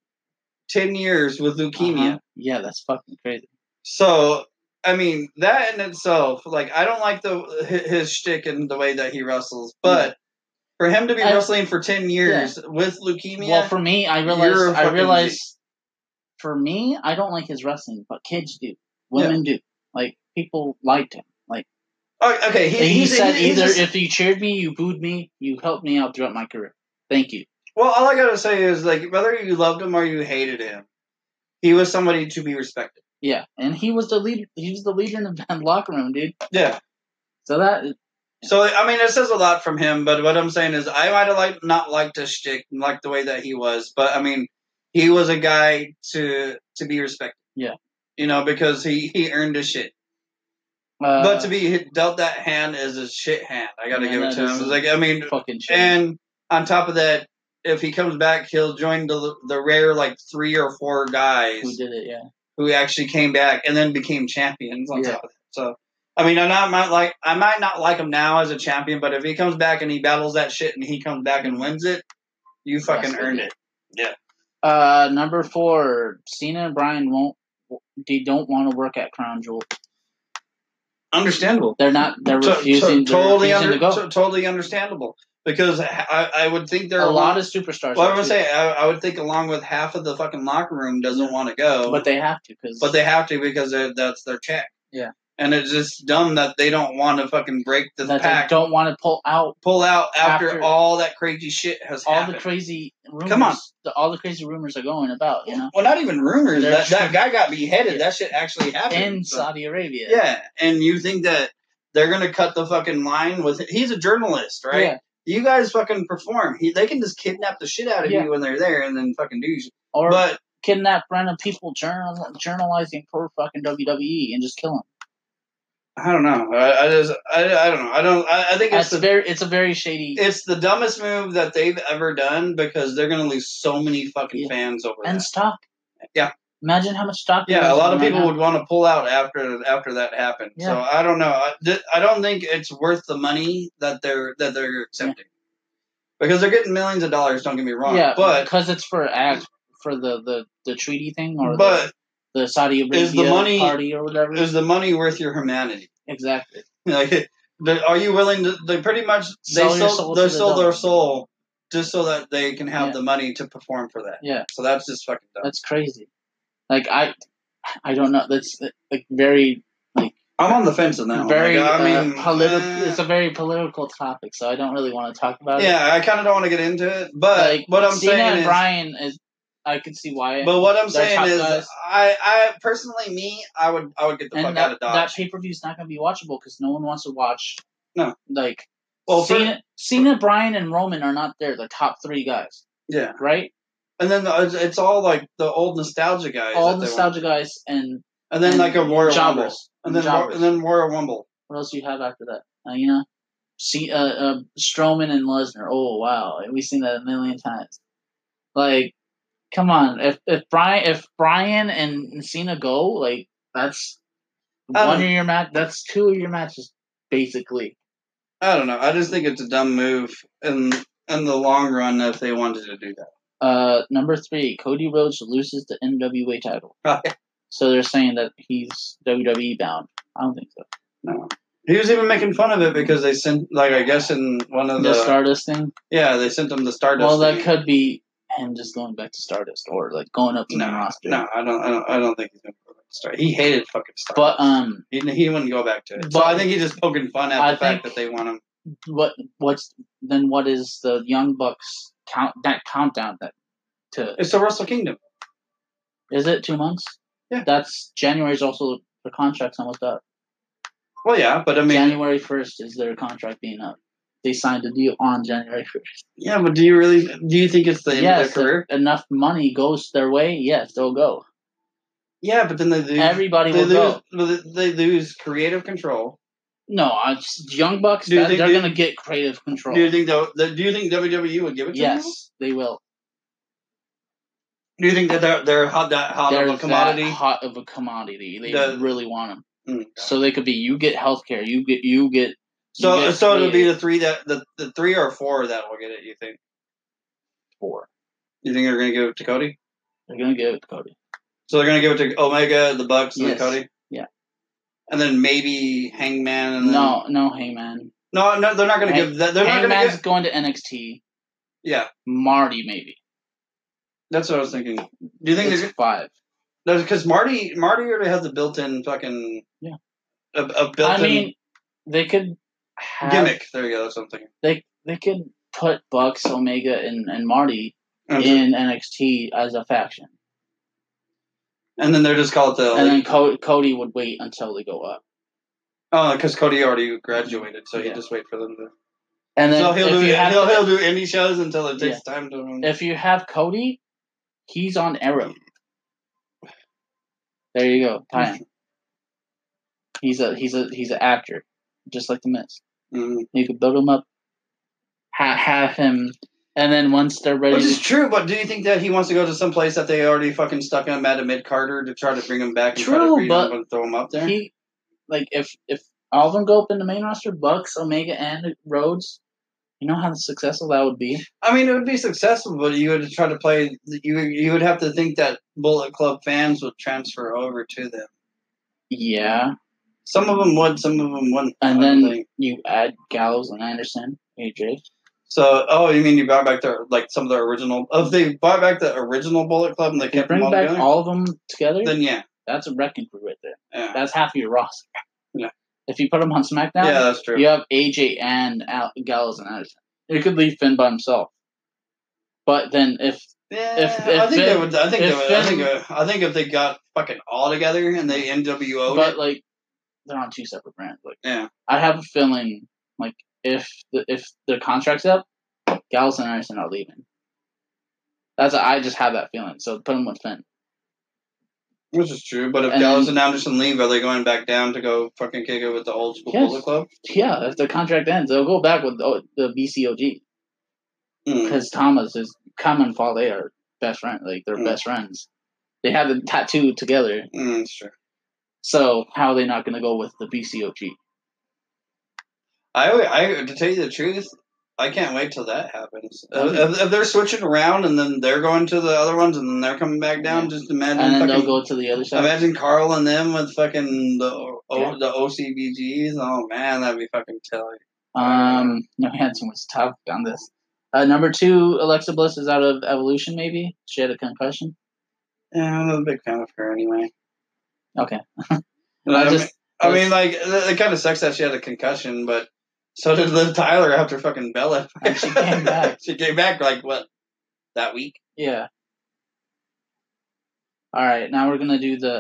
Speaker 1: 10 years with leukemia.
Speaker 2: Uh-huh. Yeah, that's fucking crazy.
Speaker 1: So, I mean, that in itself, like, I don't like the hi- his shtick and the way that he wrestles, but for him to be
Speaker 2: I-
Speaker 1: wrestling for 10 years with leukemia,
Speaker 2: Well, for me, I realized
Speaker 1: You're a
Speaker 2: I
Speaker 1: fucking
Speaker 2: realized for me, I don't like his wrestling, but kids do, women do, like people liked him.
Speaker 1: Oh, okay, he,
Speaker 2: He,
Speaker 1: he's,
Speaker 2: said
Speaker 1: he- he's
Speaker 2: either
Speaker 1: just-
Speaker 2: if you cheered me, you booed me, you helped me out throughout my career. Thank you.
Speaker 1: well, all I gotta say is, like, whether you loved him or you hated him, he was somebody to be respected.
Speaker 2: Yeah, and he was the leader. He was the leader in the [LAUGHS] locker room, dude.
Speaker 1: Yeah.
Speaker 2: So that
Speaker 1: So I mean, it says a lot from him. But what I'm saying is, I might have like not liked his shtick, like the way that he was. But I mean, he was a guy to to be respected.
Speaker 2: Yeah.
Speaker 1: You know, because he he earned his shit.
Speaker 2: uh,
Speaker 1: but to be hit- dealt that hand is a shit hand. I got to
Speaker 2: Yeah,
Speaker 1: give it
Speaker 2: that
Speaker 1: to him.
Speaker 2: is-
Speaker 1: It's like I mean,
Speaker 2: fucking shit.
Speaker 1: and on top of that, if he comes back, he'll join the the rare like three or four guys
Speaker 2: who did it? Yeah,
Speaker 1: who actually came back and then became champions on
Speaker 2: Yeah.
Speaker 1: top of that. So I mean, I'm not might like I might not like him now as a champion, but if he comes back and he battles that shit and he comes back and wins it, you fucking
Speaker 2: That's
Speaker 1: earned
Speaker 2: good.
Speaker 1: it.
Speaker 2: Uh, number four, Cena and Brian won't. They don't want to work at Crown Jewel.
Speaker 1: Understandable.
Speaker 2: They're not. They're
Speaker 1: To- to-
Speaker 2: refusing. they're
Speaker 1: totally,
Speaker 2: refusing
Speaker 1: under,
Speaker 2: to go.
Speaker 1: to- totally understandable because I, I would think there are
Speaker 2: a lot of superstars.
Speaker 1: Well, I
Speaker 2: are
Speaker 1: would
Speaker 2: too,
Speaker 1: say I, I would think along with half of the fucking locker room doesn't want to go,
Speaker 2: but they have to because.
Speaker 1: but they have to because they're- that's their check.
Speaker 2: Yeah.
Speaker 1: and it's just dumb that they don't want to fucking break the
Speaker 2: that
Speaker 1: pack,
Speaker 2: they don't want to pull out
Speaker 1: pull out after,
Speaker 2: After-
Speaker 1: all that crazy shit has
Speaker 2: all
Speaker 1: happened.
Speaker 2: the crazy rumors.
Speaker 1: Come on.
Speaker 2: The, all the crazy rumors are going about. You know,
Speaker 1: Well, not even rumors.
Speaker 2: They're
Speaker 1: That, that
Speaker 2: true.
Speaker 1: guy got beheaded.
Speaker 2: Yeah.
Speaker 1: That shit actually happened.
Speaker 2: in
Speaker 1: So-
Speaker 2: Saudi Arabia.
Speaker 1: yeah, and you think that they're gonna cut the fucking line with? He's a journalist, right?
Speaker 2: Yeah.
Speaker 1: You guys fucking perform. He, they can just kidnap the shit out of
Speaker 2: Yeah.
Speaker 1: you when they're there, and then fucking do. you.
Speaker 2: Or
Speaker 1: But
Speaker 2: kidnap random people, journal, journalizing for fucking WWE, and just kill them.
Speaker 1: I don't know. I, I just I, I don't know. I don't. I, I think it's
Speaker 2: That's
Speaker 1: the
Speaker 2: very. It's a very shady.
Speaker 1: it's the dumbest move that they've ever done because they're gonna lose so many fucking
Speaker 2: Yeah.
Speaker 1: fans over
Speaker 2: and
Speaker 1: that.
Speaker 2: stock.
Speaker 1: Yeah.
Speaker 2: Imagine how much stock. there
Speaker 1: Yeah, a
Speaker 2: is
Speaker 1: lot of
Speaker 2: right
Speaker 1: people
Speaker 2: now.
Speaker 1: would want to pull out after after that happened. So
Speaker 2: Yeah.
Speaker 1: I don't know. I, th- I don't think it's worth the money that they're that they're accepting because they're getting millions of dollars. Don't get me wrong.
Speaker 2: Yeah,
Speaker 1: but
Speaker 2: because it's for act for the the the treaty thing or
Speaker 1: but
Speaker 2: the, the Saudi Arabia
Speaker 1: the money-
Speaker 2: party or whatever.
Speaker 1: is the money worth your humanity? [LAUGHS]
Speaker 2: exactly.
Speaker 1: Like, the- are you willing to? They pretty much they
Speaker 2: Sell your soul
Speaker 1: sold they
Speaker 2: to the
Speaker 1: sold
Speaker 2: devil.
Speaker 1: their soul just so that they can have
Speaker 2: Yeah.
Speaker 1: the money to perform for that.
Speaker 2: Yeah,
Speaker 1: So that's just fucking dumb.
Speaker 2: that's crazy. Like I, I don't know. That's like very
Speaker 1: I'm on the fence on that. one.
Speaker 2: very.
Speaker 1: Like, Oh I
Speaker 2: uh,
Speaker 1: mean,
Speaker 2: politi-
Speaker 1: eh,
Speaker 2: It's a very political topic, so I don't really want to talk about it.
Speaker 1: yeah, I kind of don't want to get into it, but
Speaker 2: like
Speaker 1: what I'm
Speaker 2: Cena
Speaker 1: saying
Speaker 2: and
Speaker 1: is,
Speaker 2: Brian is, I can see why.
Speaker 1: but what I'm
Speaker 2: they're
Speaker 1: saying
Speaker 2: top
Speaker 1: is,
Speaker 2: guys.
Speaker 1: I, I personally, me, I would, I would get the fuck
Speaker 2: and
Speaker 1: out
Speaker 2: that
Speaker 1: of
Speaker 2: that
Speaker 1: Dodge.
Speaker 2: pay per view is not going to be watchable because no one wants to watch.
Speaker 1: No.
Speaker 2: like
Speaker 1: well, for-
Speaker 2: Cena, Cena, Brian, and Roman are not there. The top three guys,
Speaker 1: yeah,
Speaker 2: right?
Speaker 1: and then the, it's- it's all like the old nostalgia guys,
Speaker 2: all
Speaker 1: that they want.
Speaker 2: nostalgia guys and
Speaker 1: and then
Speaker 2: and
Speaker 1: like a Royal Rumble,
Speaker 2: jobbers.
Speaker 1: and then
Speaker 2: jobbers.
Speaker 1: and then Royal Rumble.
Speaker 2: what else do you have after that? Uh, you know, see, uh, uh, Strowman and Lesnar. Oh wow, we've seen that a million times. Like, come on, if if Brian if Brian and Cena go, like that's
Speaker 1: I
Speaker 2: one
Speaker 1: don't-
Speaker 2: of your match. That's two of your matches, basically.
Speaker 1: I don't know. I just think it's a dumb move in in the long run if they wanted to do that.
Speaker 2: Uh, number three, Cody Rhodes loses the NWA title.
Speaker 1: Oh,
Speaker 2: So they're saying that he's WWE bound. I don't think so.
Speaker 1: No. He was even making fun of it because they sent, like, I guess in one of
Speaker 2: The
Speaker 1: the,
Speaker 2: Stardust thing.
Speaker 1: yeah, they sent them the Stardust.
Speaker 2: well, that
Speaker 1: thing.
Speaker 2: could be him just going back to Stardust or like going up to the main
Speaker 1: No,
Speaker 2: roster.
Speaker 1: no, I don't, I don't, I don't think he's gonna go back to Star. He hated fucking Star.
Speaker 2: But um,
Speaker 1: he, he wouldn't go back to it. so
Speaker 2: but-
Speaker 1: I think he's just poking fun at
Speaker 2: I
Speaker 1: the fact
Speaker 2: think-
Speaker 1: that they want him.
Speaker 2: what what's then? What is the Young Bucks count that countdown that to?
Speaker 1: It's the Wrestle Kingdom.
Speaker 2: Is it two months?
Speaker 1: Yeah.
Speaker 2: That's January's also the contract's almost up.
Speaker 1: Well, yeah, but I mean,
Speaker 2: January first is their contract being up. They signed a deal on January first.
Speaker 1: yeah, but do you really do you think it's the end
Speaker 2: Yes,
Speaker 1: of their career?
Speaker 2: if enough money goes their way, yes, they'll go.
Speaker 1: Yeah, but then they lose.
Speaker 2: Everybody
Speaker 1: they
Speaker 2: will
Speaker 1: lose.
Speaker 2: go.
Speaker 1: but They lose creative control.
Speaker 2: No, I just, Young Bucks.
Speaker 1: Do you
Speaker 2: That,
Speaker 1: think
Speaker 2: they're
Speaker 1: they-
Speaker 2: gonna get creative control.
Speaker 1: Do you think they'll- the, Do you think WWE would give it to them?
Speaker 2: yes, they will.
Speaker 1: Do you think that they're they're hot that hot
Speaker 2: they're
Speaker 1: of a commodity?
Speaker 2: that hot of a commodity. They
Speaker 1: The-
Speaker 2: really want them,
Speaker 1: Mm.
Speaker 2: so they could be. You get healthcare. You get. You get. you
Speaker 1: So
Speaker 2: get
Speaker 1: so it'll be
Speaker 2: creative
Speaker 1: the three that the, the three or four that will get it. You think?
Speaker 2: for.
Speaker 1: You think they're gonna give it to Cody?
Speaker 2: They're gonna give it to Cody.
Speaker 1: So they're gonna give it to Omega, the Bucks, and
Speaker 2: Yes.
Speaker 1: Cody.
Speaker 2: Yeah.
Speaker 1: And then maybe Hangman. And then-
Speaker 2: No, no, Heyman.
Speaker 1: no, no, they're not gonna
Speaker 2: Hang-
Speaker 1: give that. They're not gonna
Speaker 2: Heyman's
Speaker 1: give.
Speaker 2: going to NXT.
Speaker 1: Yeah,
Speaker 2: Marty maybe.
Speaker 1: that's what I was thinking. Do you think
Speaker 2: It's
Speaker 1: they're
Speaker 2: five.
Speaker 1: because Marty Marty already has a built-in fucking
Speaker 2: Yeah.
Speaker 1: a, a built-in
Speaker 2: I mean, they could have,
Speaker 1: gimmick. There you go. That's something.
Speaker 2: They they could put Bucks, Omega, and and Marty
Speaker 1: And,
Speaker 2: in NXT as a faction,
Speaker 1: and then they're just called the
Speaker 2: and then Co- Cody would wait until they go up,
Speaker 1: oh because Cody already graduated, so he
Speaker 2: Yeah.
Speaker 1: just wait for them to.
Speaker 2: and then
Speaker 1: so he'll
Speaker 2: if
Speaker 1: do
Speaker 2: you have
Speaker 1: he'll,
Speaker 2: to-
Speaker 1: he'll do indie shows until it takes time to.
Speaker 2: if you have Cody, he's on Arrow. There you go. Time. He's a he's a he's an actor, just like the Miz.
Speaker 1: Mm.
Speaker 2: You could build him up, ha- have him, and then once they're ready,
Speaker 1: Which is
Speaker 2: to,
Speaker 1: true, but do you think that he wants to go to some place that they already fucking stuck him at a mid Carter to try to bring him back? And try to
Speaker 2: True,
Speaker 1: breed
Speaker 2: but
Speaker 1: him and throw him up there.
Speaker 2: he like if if All of them go up in the main roster: Bucks, Omega, and Rhodes. You know how successful that would be.
Speaker 1: I mean, it would be successful, but you would try to play. You you would have to think that Bullet Club fans would transfer over to them.
Speaker 2: Yeah,
Speaker 1: Some of them would, some of them wouldn't. I
Speaker 2: and
Speaker 1: would
Speaker 2: then
Speaker 1: think.
Speaker 2: you add Gallows and Anderson, AJ.
Speaker 1: so, oh, you mean you brought back their like some of their original? If they brought back the original Bullet Club and they
Speaker 2: You
Speaker 1: kept them
Speaker 2: bring
Speaker 1: all
Speaker 2: back
Speaker 1: together,
Speaker 2: all of them together.
Speaker 1: then yeah,
Speaker 2: that's a wrecking crew right there.
Speaker 1: yeah,
Speaker 2: That's half your roster.
Speaker 1: Yeah.
Speaker 2: If you put them on SmackDown,
Speaker 1: yeah, that's true.
Speaker 2: You have AJ and Al- Gallows and Anderson. You could leave Finn by himself. But then if
Speaker 1: Yeah,
Speaker 2: If-
Speaker 1: I think
Speaker 2: if
Speaker 1: they
Speaker 2: Finn-
Speaker 1: would. I think they
Speaker 2: if
Speaker 1: would. I think. uh, I think if they got fucking all together and they NWO, would
Speaker 2: but like they're on two separate brands. Like
Speaker 1: Oh, Yeah.
Speaker 2: I have a feeling like if the if their contract's up, Gallows and Anderson are leaving. That's I just have that feeling. So put them with Finn.
Speaker 1: which is true. But if
Speaker 2: and
Speaker 1: Gallows
Speaker 2: then-
Speaker 1: and Anderson leave, are they going back down to go fucking kick it with the old school
Speaker 2: Yes.
Speaker 1: Bullet Club?
Speaker 2: Yeah, if their contract ends, they'll go back with the, the BCOG
Speaker 1: Mm.
Speaker 2: because Thomas is Kama and Fale are best friends. Like they're
Speaker 1: Mm.
Speaker 2: best friends. They have the tattoo together.
Speaker 1: Mm, that's true.
Speaker 2: So how are they not going to go with the BCOG?
Speaker 1: I, I to tell you the truth, I can't wait till that happens. Uh,
Speaker 2: Mhm.
Speaker 1: If, if they're switching around and then they're going to the other ones and then they're coming back down,
Speaker 2: Yeah.
Speaker 1: just imagine.
Speaker 2: and then
Speaker 1: fucking,
Speaker 2: they'll go to the other side.
Speaker 1: imagine Carl and them with fucking the o,
Speaker 2: Yeah.
Speaker 1: the OCBGs. Oh man, that'd be fucking telling.
Speaker 2: Um, no, we had so much topic on this. Uh, number two, Alexa Bliss is out of Evolution. Maybe she had a concussion.
Speaker 1: Yeah, I'm not a big fan of her anyway.
Speaker 2: Okay, [LAUGHS]
Speaker 1: And I,
Speaker 2: I
Speaker 1: mean-
Speaker 2: just
Speaker 1: I mean, like it, it kind of sucks that she had a concussion, but so did Liv Tyler after fucking Bella.
Speaker 2: And she came back.
Speaker 1: [LAUGHS] she came back like what that week.
Speaker 2: yeah. All right, now we're gonna do the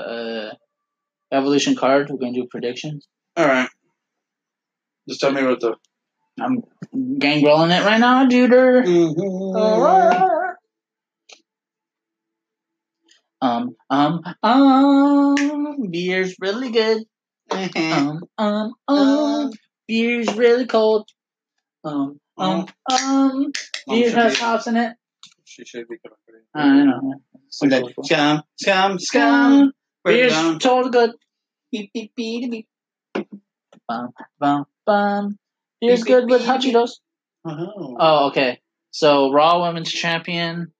Speaker 2: uh, Evolution card. We're gonna do predictions.
Speaker 1: All right, just tell me what the.
Speaker 2: I'm gangrelling it right now, Juder. Mm-hmm. Uh, Um, um, um, beer's really good. Um, um, um, beer's really cold. Um, um, um.
Speaker 1: Mom
Speaker 2: Beer
Speaker 1: should
Speaker 2: has
Speaker 1: be-
Speaker 2: hops in it.
Speaker 1: She should be coming.
Speaker 2: I know.
Speaker 1: Okay. Scum, scum, scum. Break it
Speaker 2: Beer's
Speaker 1: down.
Speaker 2: totally good.
Speaker 3: Beep, beep, beep, beep.
Speaker 2: Bum, bum. Beer's good with hot Cheetos.
Speaker 1: Oh.
Speaker 2: Oh, okay. So, Raw Women's Champion,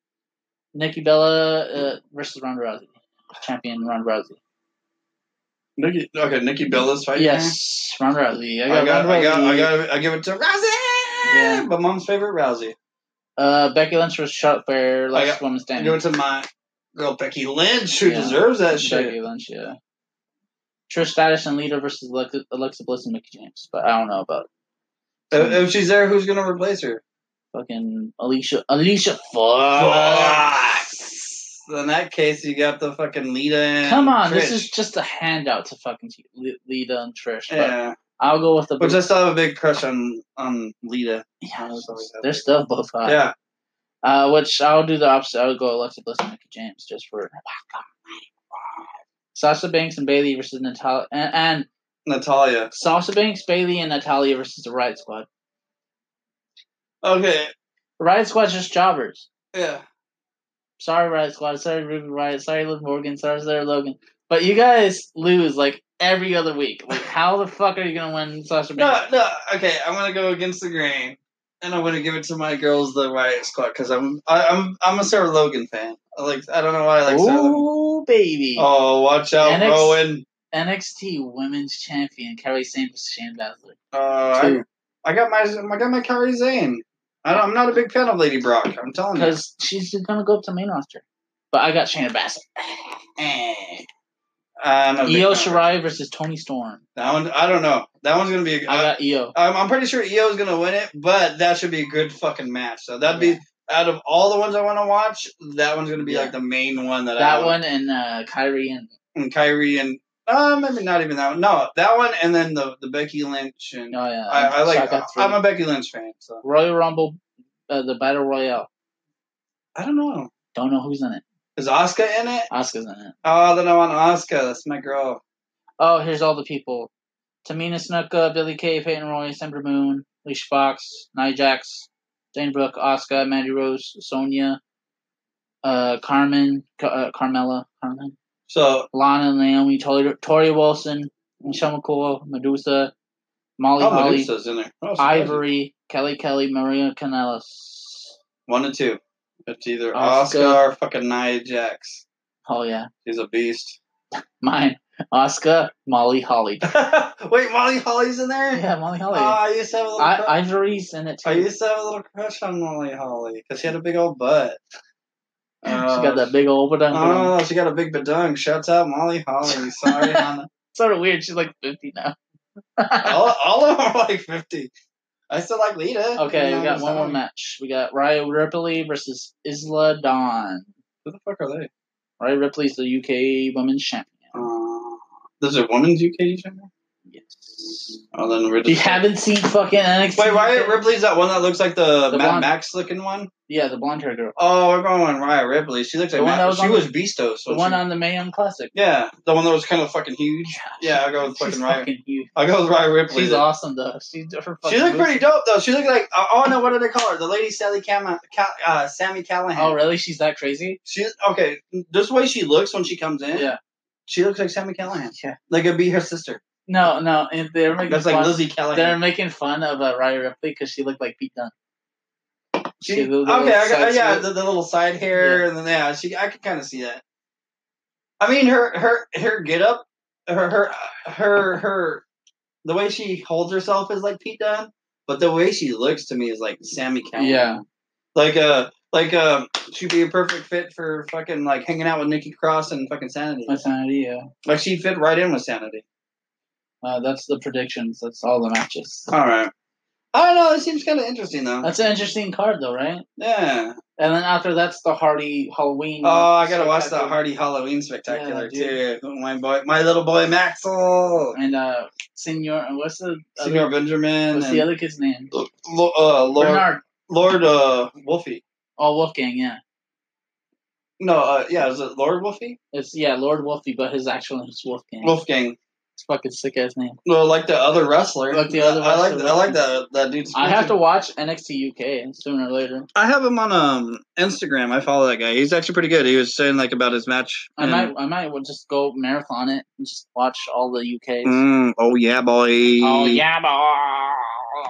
Speaker 2: Nikki Bella uh, versus Ronda Rousey. Champion Ronda Rousey.
Speaker 1: Nikki, okay, Nikki Bella's fight.
Speaker 2: Yes, Ronda Rousey. I
Speaker 1: I
Speaker 2: got,
Speaker 1: got,
Speaker 2: Ronda
Speaker 1: I got,
Speaker 2: Rousey.
Speaker 1: I got, I give it to Rousey.
Speaker 2: Yeah.
Speaker 1: But mom's favorite Rousey.
Speaker 2: Uh, Becky Lynch versus Charlotte Flair,
Speaker 1: I
Speaker 2: last
Speaker 1: got-
Speaker 2: woman
Speaker 1: I
Speaker 2: standing.
Speaker 1: give it to my girl Becky Lynch, who
Speaker 2: Yeah.
Speaker 1: deserves that shit.
Speaker 2: Becky Lynch, yeah. Trish Stratus and Lita versus Alexa, Alexa Bliss and Mickey James, but I don't know about
Speaker 1: If, if she's there, who's gonna replace her?
Speaker 2: fucking Alicia. Alicia Fox.
Speaker 1: So Uh, in that case, you got the fucking Lita. And
Speaker 2: Come on, this
Speaker 1: Trish.
Speaker 2: is just a handout to fucking T- Li- Lita and Trish. but
Speaker 1: yeah.
Speaker 2: I'll go with the.
Speaker 1: Which I still have a big crush on on Lita.
Speaker 2: yeah,
Speaker 1: I'm sorry, that-
Speaker 2: they're still both hot.
Speaker 1: Yeah.
Speaker 2: Uh, which I'll do the opposite. I'll go Alexa Bliss and Mickey James just for. Sasha Banks and Bailey versus Natalia, and, and
Speaker 1: Natalia.
Speaker 2: Sasha Banks, Bailey, and Natalia versus the Riot Squad.
Speaker 1: Okay.
Speaker 2: Riot Squad's just jobbers.
Speaker 1: Yeah.
Speaker 2: Sorry, Riot Squad. Sorry, Ruby Riot. Sorry, Liv Morgan. Sorry, Sarah Logan. But you guys lose like every other week. Like, how the fuck are you gonna win Sasha Banks?
Speaker 1: No, no. Okay, I'm gonna go against the grain, and I'm gonna give it to my girls, the Riot Squad, because I'm I, I'm I'm a Sarah Logan fan. I like I don't know why I like Sarah. Logan.
Speaker 2: Ooh, baby.
Speaker 1: Oh, watch out,
Speaker 2: NXT.
Speaker 1: Rowan.
Speaker 2: NXT Women's Champion Kelly Sane versus Shane Baszler.
Speaker 1: Uh, I,
Speaker 2: Two.
Speaker 1: I got my I got my Kyrie Zane. I don't, I'm not a big fan of Lady Brock. I'm telling you.
Speaker 2: Because she's just gonna go up to main roster. But I got Shayna Baszler.
Speaker 1: Eh. I'm not a big fan
Speaker 2: Io
Speaker 1: of her.
Speaker 2: E Shirai versus Tony Storm.
Speaker 1: That one I don't know. That one's gonna be. A,
Speaker 2: I
Speaker 1: I,
Speaker 2: got E Io.
Speaker 1: I'm, I'm pretty sure Io's gonna win it, but that should be a good fucking match. So that'd be. Out of all the ones I want to watch, that one's gonna be
Speaker 2: Yeah.
Speaker 1: like the main one that, I
Speaker 2: That
Speaker 1: wanna
Speaker 2: one and uh, Kyrie and
Speaker 1: and Kyrie and uh, maybe not even that one. No, that one and then the the Becky Lynch and
Speaker 2: oh yeah,
Speaker 1: I, I like
Speaker 2: so got
Speaker 1: I'm
Speaker 2: three.
Speaker 1: a Becky Lynch fan, so
Speaker 2: Royal Rumble, uh, the Battle Royale.
Speaker 1: I don't know.
Speaker 2: Don't know who's in it.
Speaker 1: Is Oscar in it?
Speaker 2: Asuka's in it.
Speaker 1: Oh, then I want Oscar. That's my girl.
Speaker 2: Oh, here's all the people: Tamina Snuka, Billy Kay, Peyton Royce, Ember Moon, Leash Fox, Nia Jax, Dane Brooke, Asuka, Mandy Rose, Sonya, uh, Carmen, Ca- uh, Carmella, Carmen.
Speaker 1: So
Speaker 2: Lana, Naomi, Tori, Tori Wilson, Michelle McCool, Medusa, Molly
Speaker 1: Oh,
Speaker 2: Holly,
Speaker 1: Medusa's in there. Oh, surprising.
Speaker 2: Ivory, Kelly Kelly, Maria Canellas.
Speaker 1: One and two. It's either
Speaker 2: Oscar.
Speaker 1: Oscar, or fucking Nia Jax.
Speaker 2: Oh yeah,
Speaker 1: She's a beast. [LAUGHS]
Speaker 2: mine. Oscar, Molly Holly.
Speaker 1: Wait, Molly Holly's in there?
Speaker 2: [LAUGHS] Yeah, Molly
Speaker 1: Oh,
Speaker 2: Holly.
Speaker 1: I used to have a little.
Speaker 2: I,
Speaker 1: crush-
Speaker 2: Ivory's in it too.
Speaker 1: I used to have a little crush on Molly Holly because she had a big old butt.
Speaker 2: [LAUGHS] She got that big old badunk.
Speaker 1: Oh, she got a big badunk. Shouts out Molly
Speaker 2: [LAUGHS]
Speaker 1: Holly. Sorry, Hannah.
Speaker 2: Sort of weird. She's like fifty
Speaker 1: [LAUGHS]
Speaker 2: now.
Speaker 1: All, all of them are like 50. I still like Lita.
Speaker 2: Okay,
Speaker 1: You
Speaker 2: we
Speaker 1: know,
Speaker 2: got one more
Speaker 1: so-
Speaker 2: match. We got Rhea Ripley versus Isla Dawn.
Speaker 1: Who the fuck are they?
Speaker 2: Rhea Ripley's the UK Women's Champion.
Speaker 1: Uh, there's a women's UK champion?
Speaker 2: Yes.
Speaker 1: Oh, then we're
Speaker 2: If you
Speaker 1: just.
Speaker 2: haven't seen fucking NXT,
Speaker 1: Wait, Riot Ripley's that one that looks like the,
Speaker 2: The
Speaker 1: Mad
Speaker 2: blonde-
Speaker 1: Max looking one?
Speaker 2: Yeah, the blonde hair girl,
Speaker 1: Oh, we're going on Raya Ripley. She looks
Speaker 2: The
Speaker 1: like
Speaker 2: one that
Speaker 1: Matt.
Speaker 2: was
Speaker 1: she
Speaker 2: on-
Speaker 1: was Beastos.
Speaker 2: the one on the Mayhem Classic.
Speaker 1: yeah, the one that was kind of fucking huge. Yeah, I'll go with
Speaker 2: She's
Speaker 1: fucking Raya.
Speaker 2: fucking huge.
Speaker 1: I'll go with Raya Ripley.
Speaker 2: She's awesome though. She, her fucking
Speaker 1: she looked
Speaker 2: moves-
Speaker 1: pretty dope though. She looked like uh, oh no, what did they call her? The lady Sally Cam- Cal- uh, Sammy Callahan. [LAUGHS]
Speaker 2: Oh really? She's that crazy?
Speaker 1: She okay. This way she looks when she comes in.
Speaker 2: Yeah.
Speaker 1: She looks like Sammy Callahan.
Speaker 2: Yeah.
Speaker 1: Like it'd be her sister.
Speaker 2: No, no. And they're making
Speaker 1: That's
Speaker 2: fun.
Speaker 1: like Lizzie
Speaker 2: they're
Speaker 1: Callahan.
Speaker 2: making fun of uh, Rhea Ripley because she looked like Pete Dunne.
Speaker 1: She,
Speaker 2: she-
Speaker 1: okay,
Speaker 2: the little
Speaker 1: I got,
Speaker 2: side
Speaker 1: yeah,
Speaker 2: slit.
Speaker 1: the, the little side hair, and then yeah, she. I could kind of see that. I mean, her her her get up, her her her her, the way she holds herself is like Pete Dunne, but the way she looks to me is like Sammy Callahan.
Speaker 2: Yeah.
Speaker 1: Like uh, like uh, she'd be a perfect fit for fucking like hanging out with Nikki Cross and fucking Sanity.
Speaker 2: That's an idea.
Speaker 1: Like she'd fit right in with Sanity.
Speaker 2: Uh, that's the predictions. That's all the matches.
Speaker 1: All right. I don't know. It seems kind of interesting though.
Speaker 2: That's an interesting card, though, right?
Speaker 1: yeah.
Speaker 2: And then after that's the Hardy Halloween.
Speaker 1: Oh, I gotta watch that
Speaker 2: spectacular.
Speaker 1: Hardy Halloween spectacular
Speaker 2: Yeah,
Speaker 1: too. My boy, my little boy Maxwell,
Speaker 2: And uh, Senor, what's the
Speaker 1: Senor
Speaker 2: other,
Speaker 1: Benjamin,
Speaker 2: what's
Speaker 1: and
Speaker 2: the other kid's name?
Speaker 1: Lo- uh, Lord
Speaker 2: Bernard.
Speaker 1: Lord uh, Wolfie.
Speaker 2: Oh, Wolfgang. Yeah,
Speaker 1: No, uh, yeah, is it Lord Wolfie?
Speaker 2: it's yeah Lord Wolfie, but his actual name is Wolfgang.
Speaker 1: Wolfgang.
Speaker 2: It's fucking sick ass name.
Speaker 1: No, like the other wrestler.
Speaker 2: Like the other
Speaker 1: I like
Speaker 2: wrestler.
Speaker 1: I like that that dude's.
Speaker 2: I have to watch NXT UK sooner or later.
Speaker 1: I have him on um Instagram. I follow that guy. He's actually pretty good. He was saying like about his match.
Speaker 2: I might, I might well just go marathon it and just watch all the UKs.
Speaker 1: oh yeah, Mm, boy.
Speaker 2: Oh yeah, boy.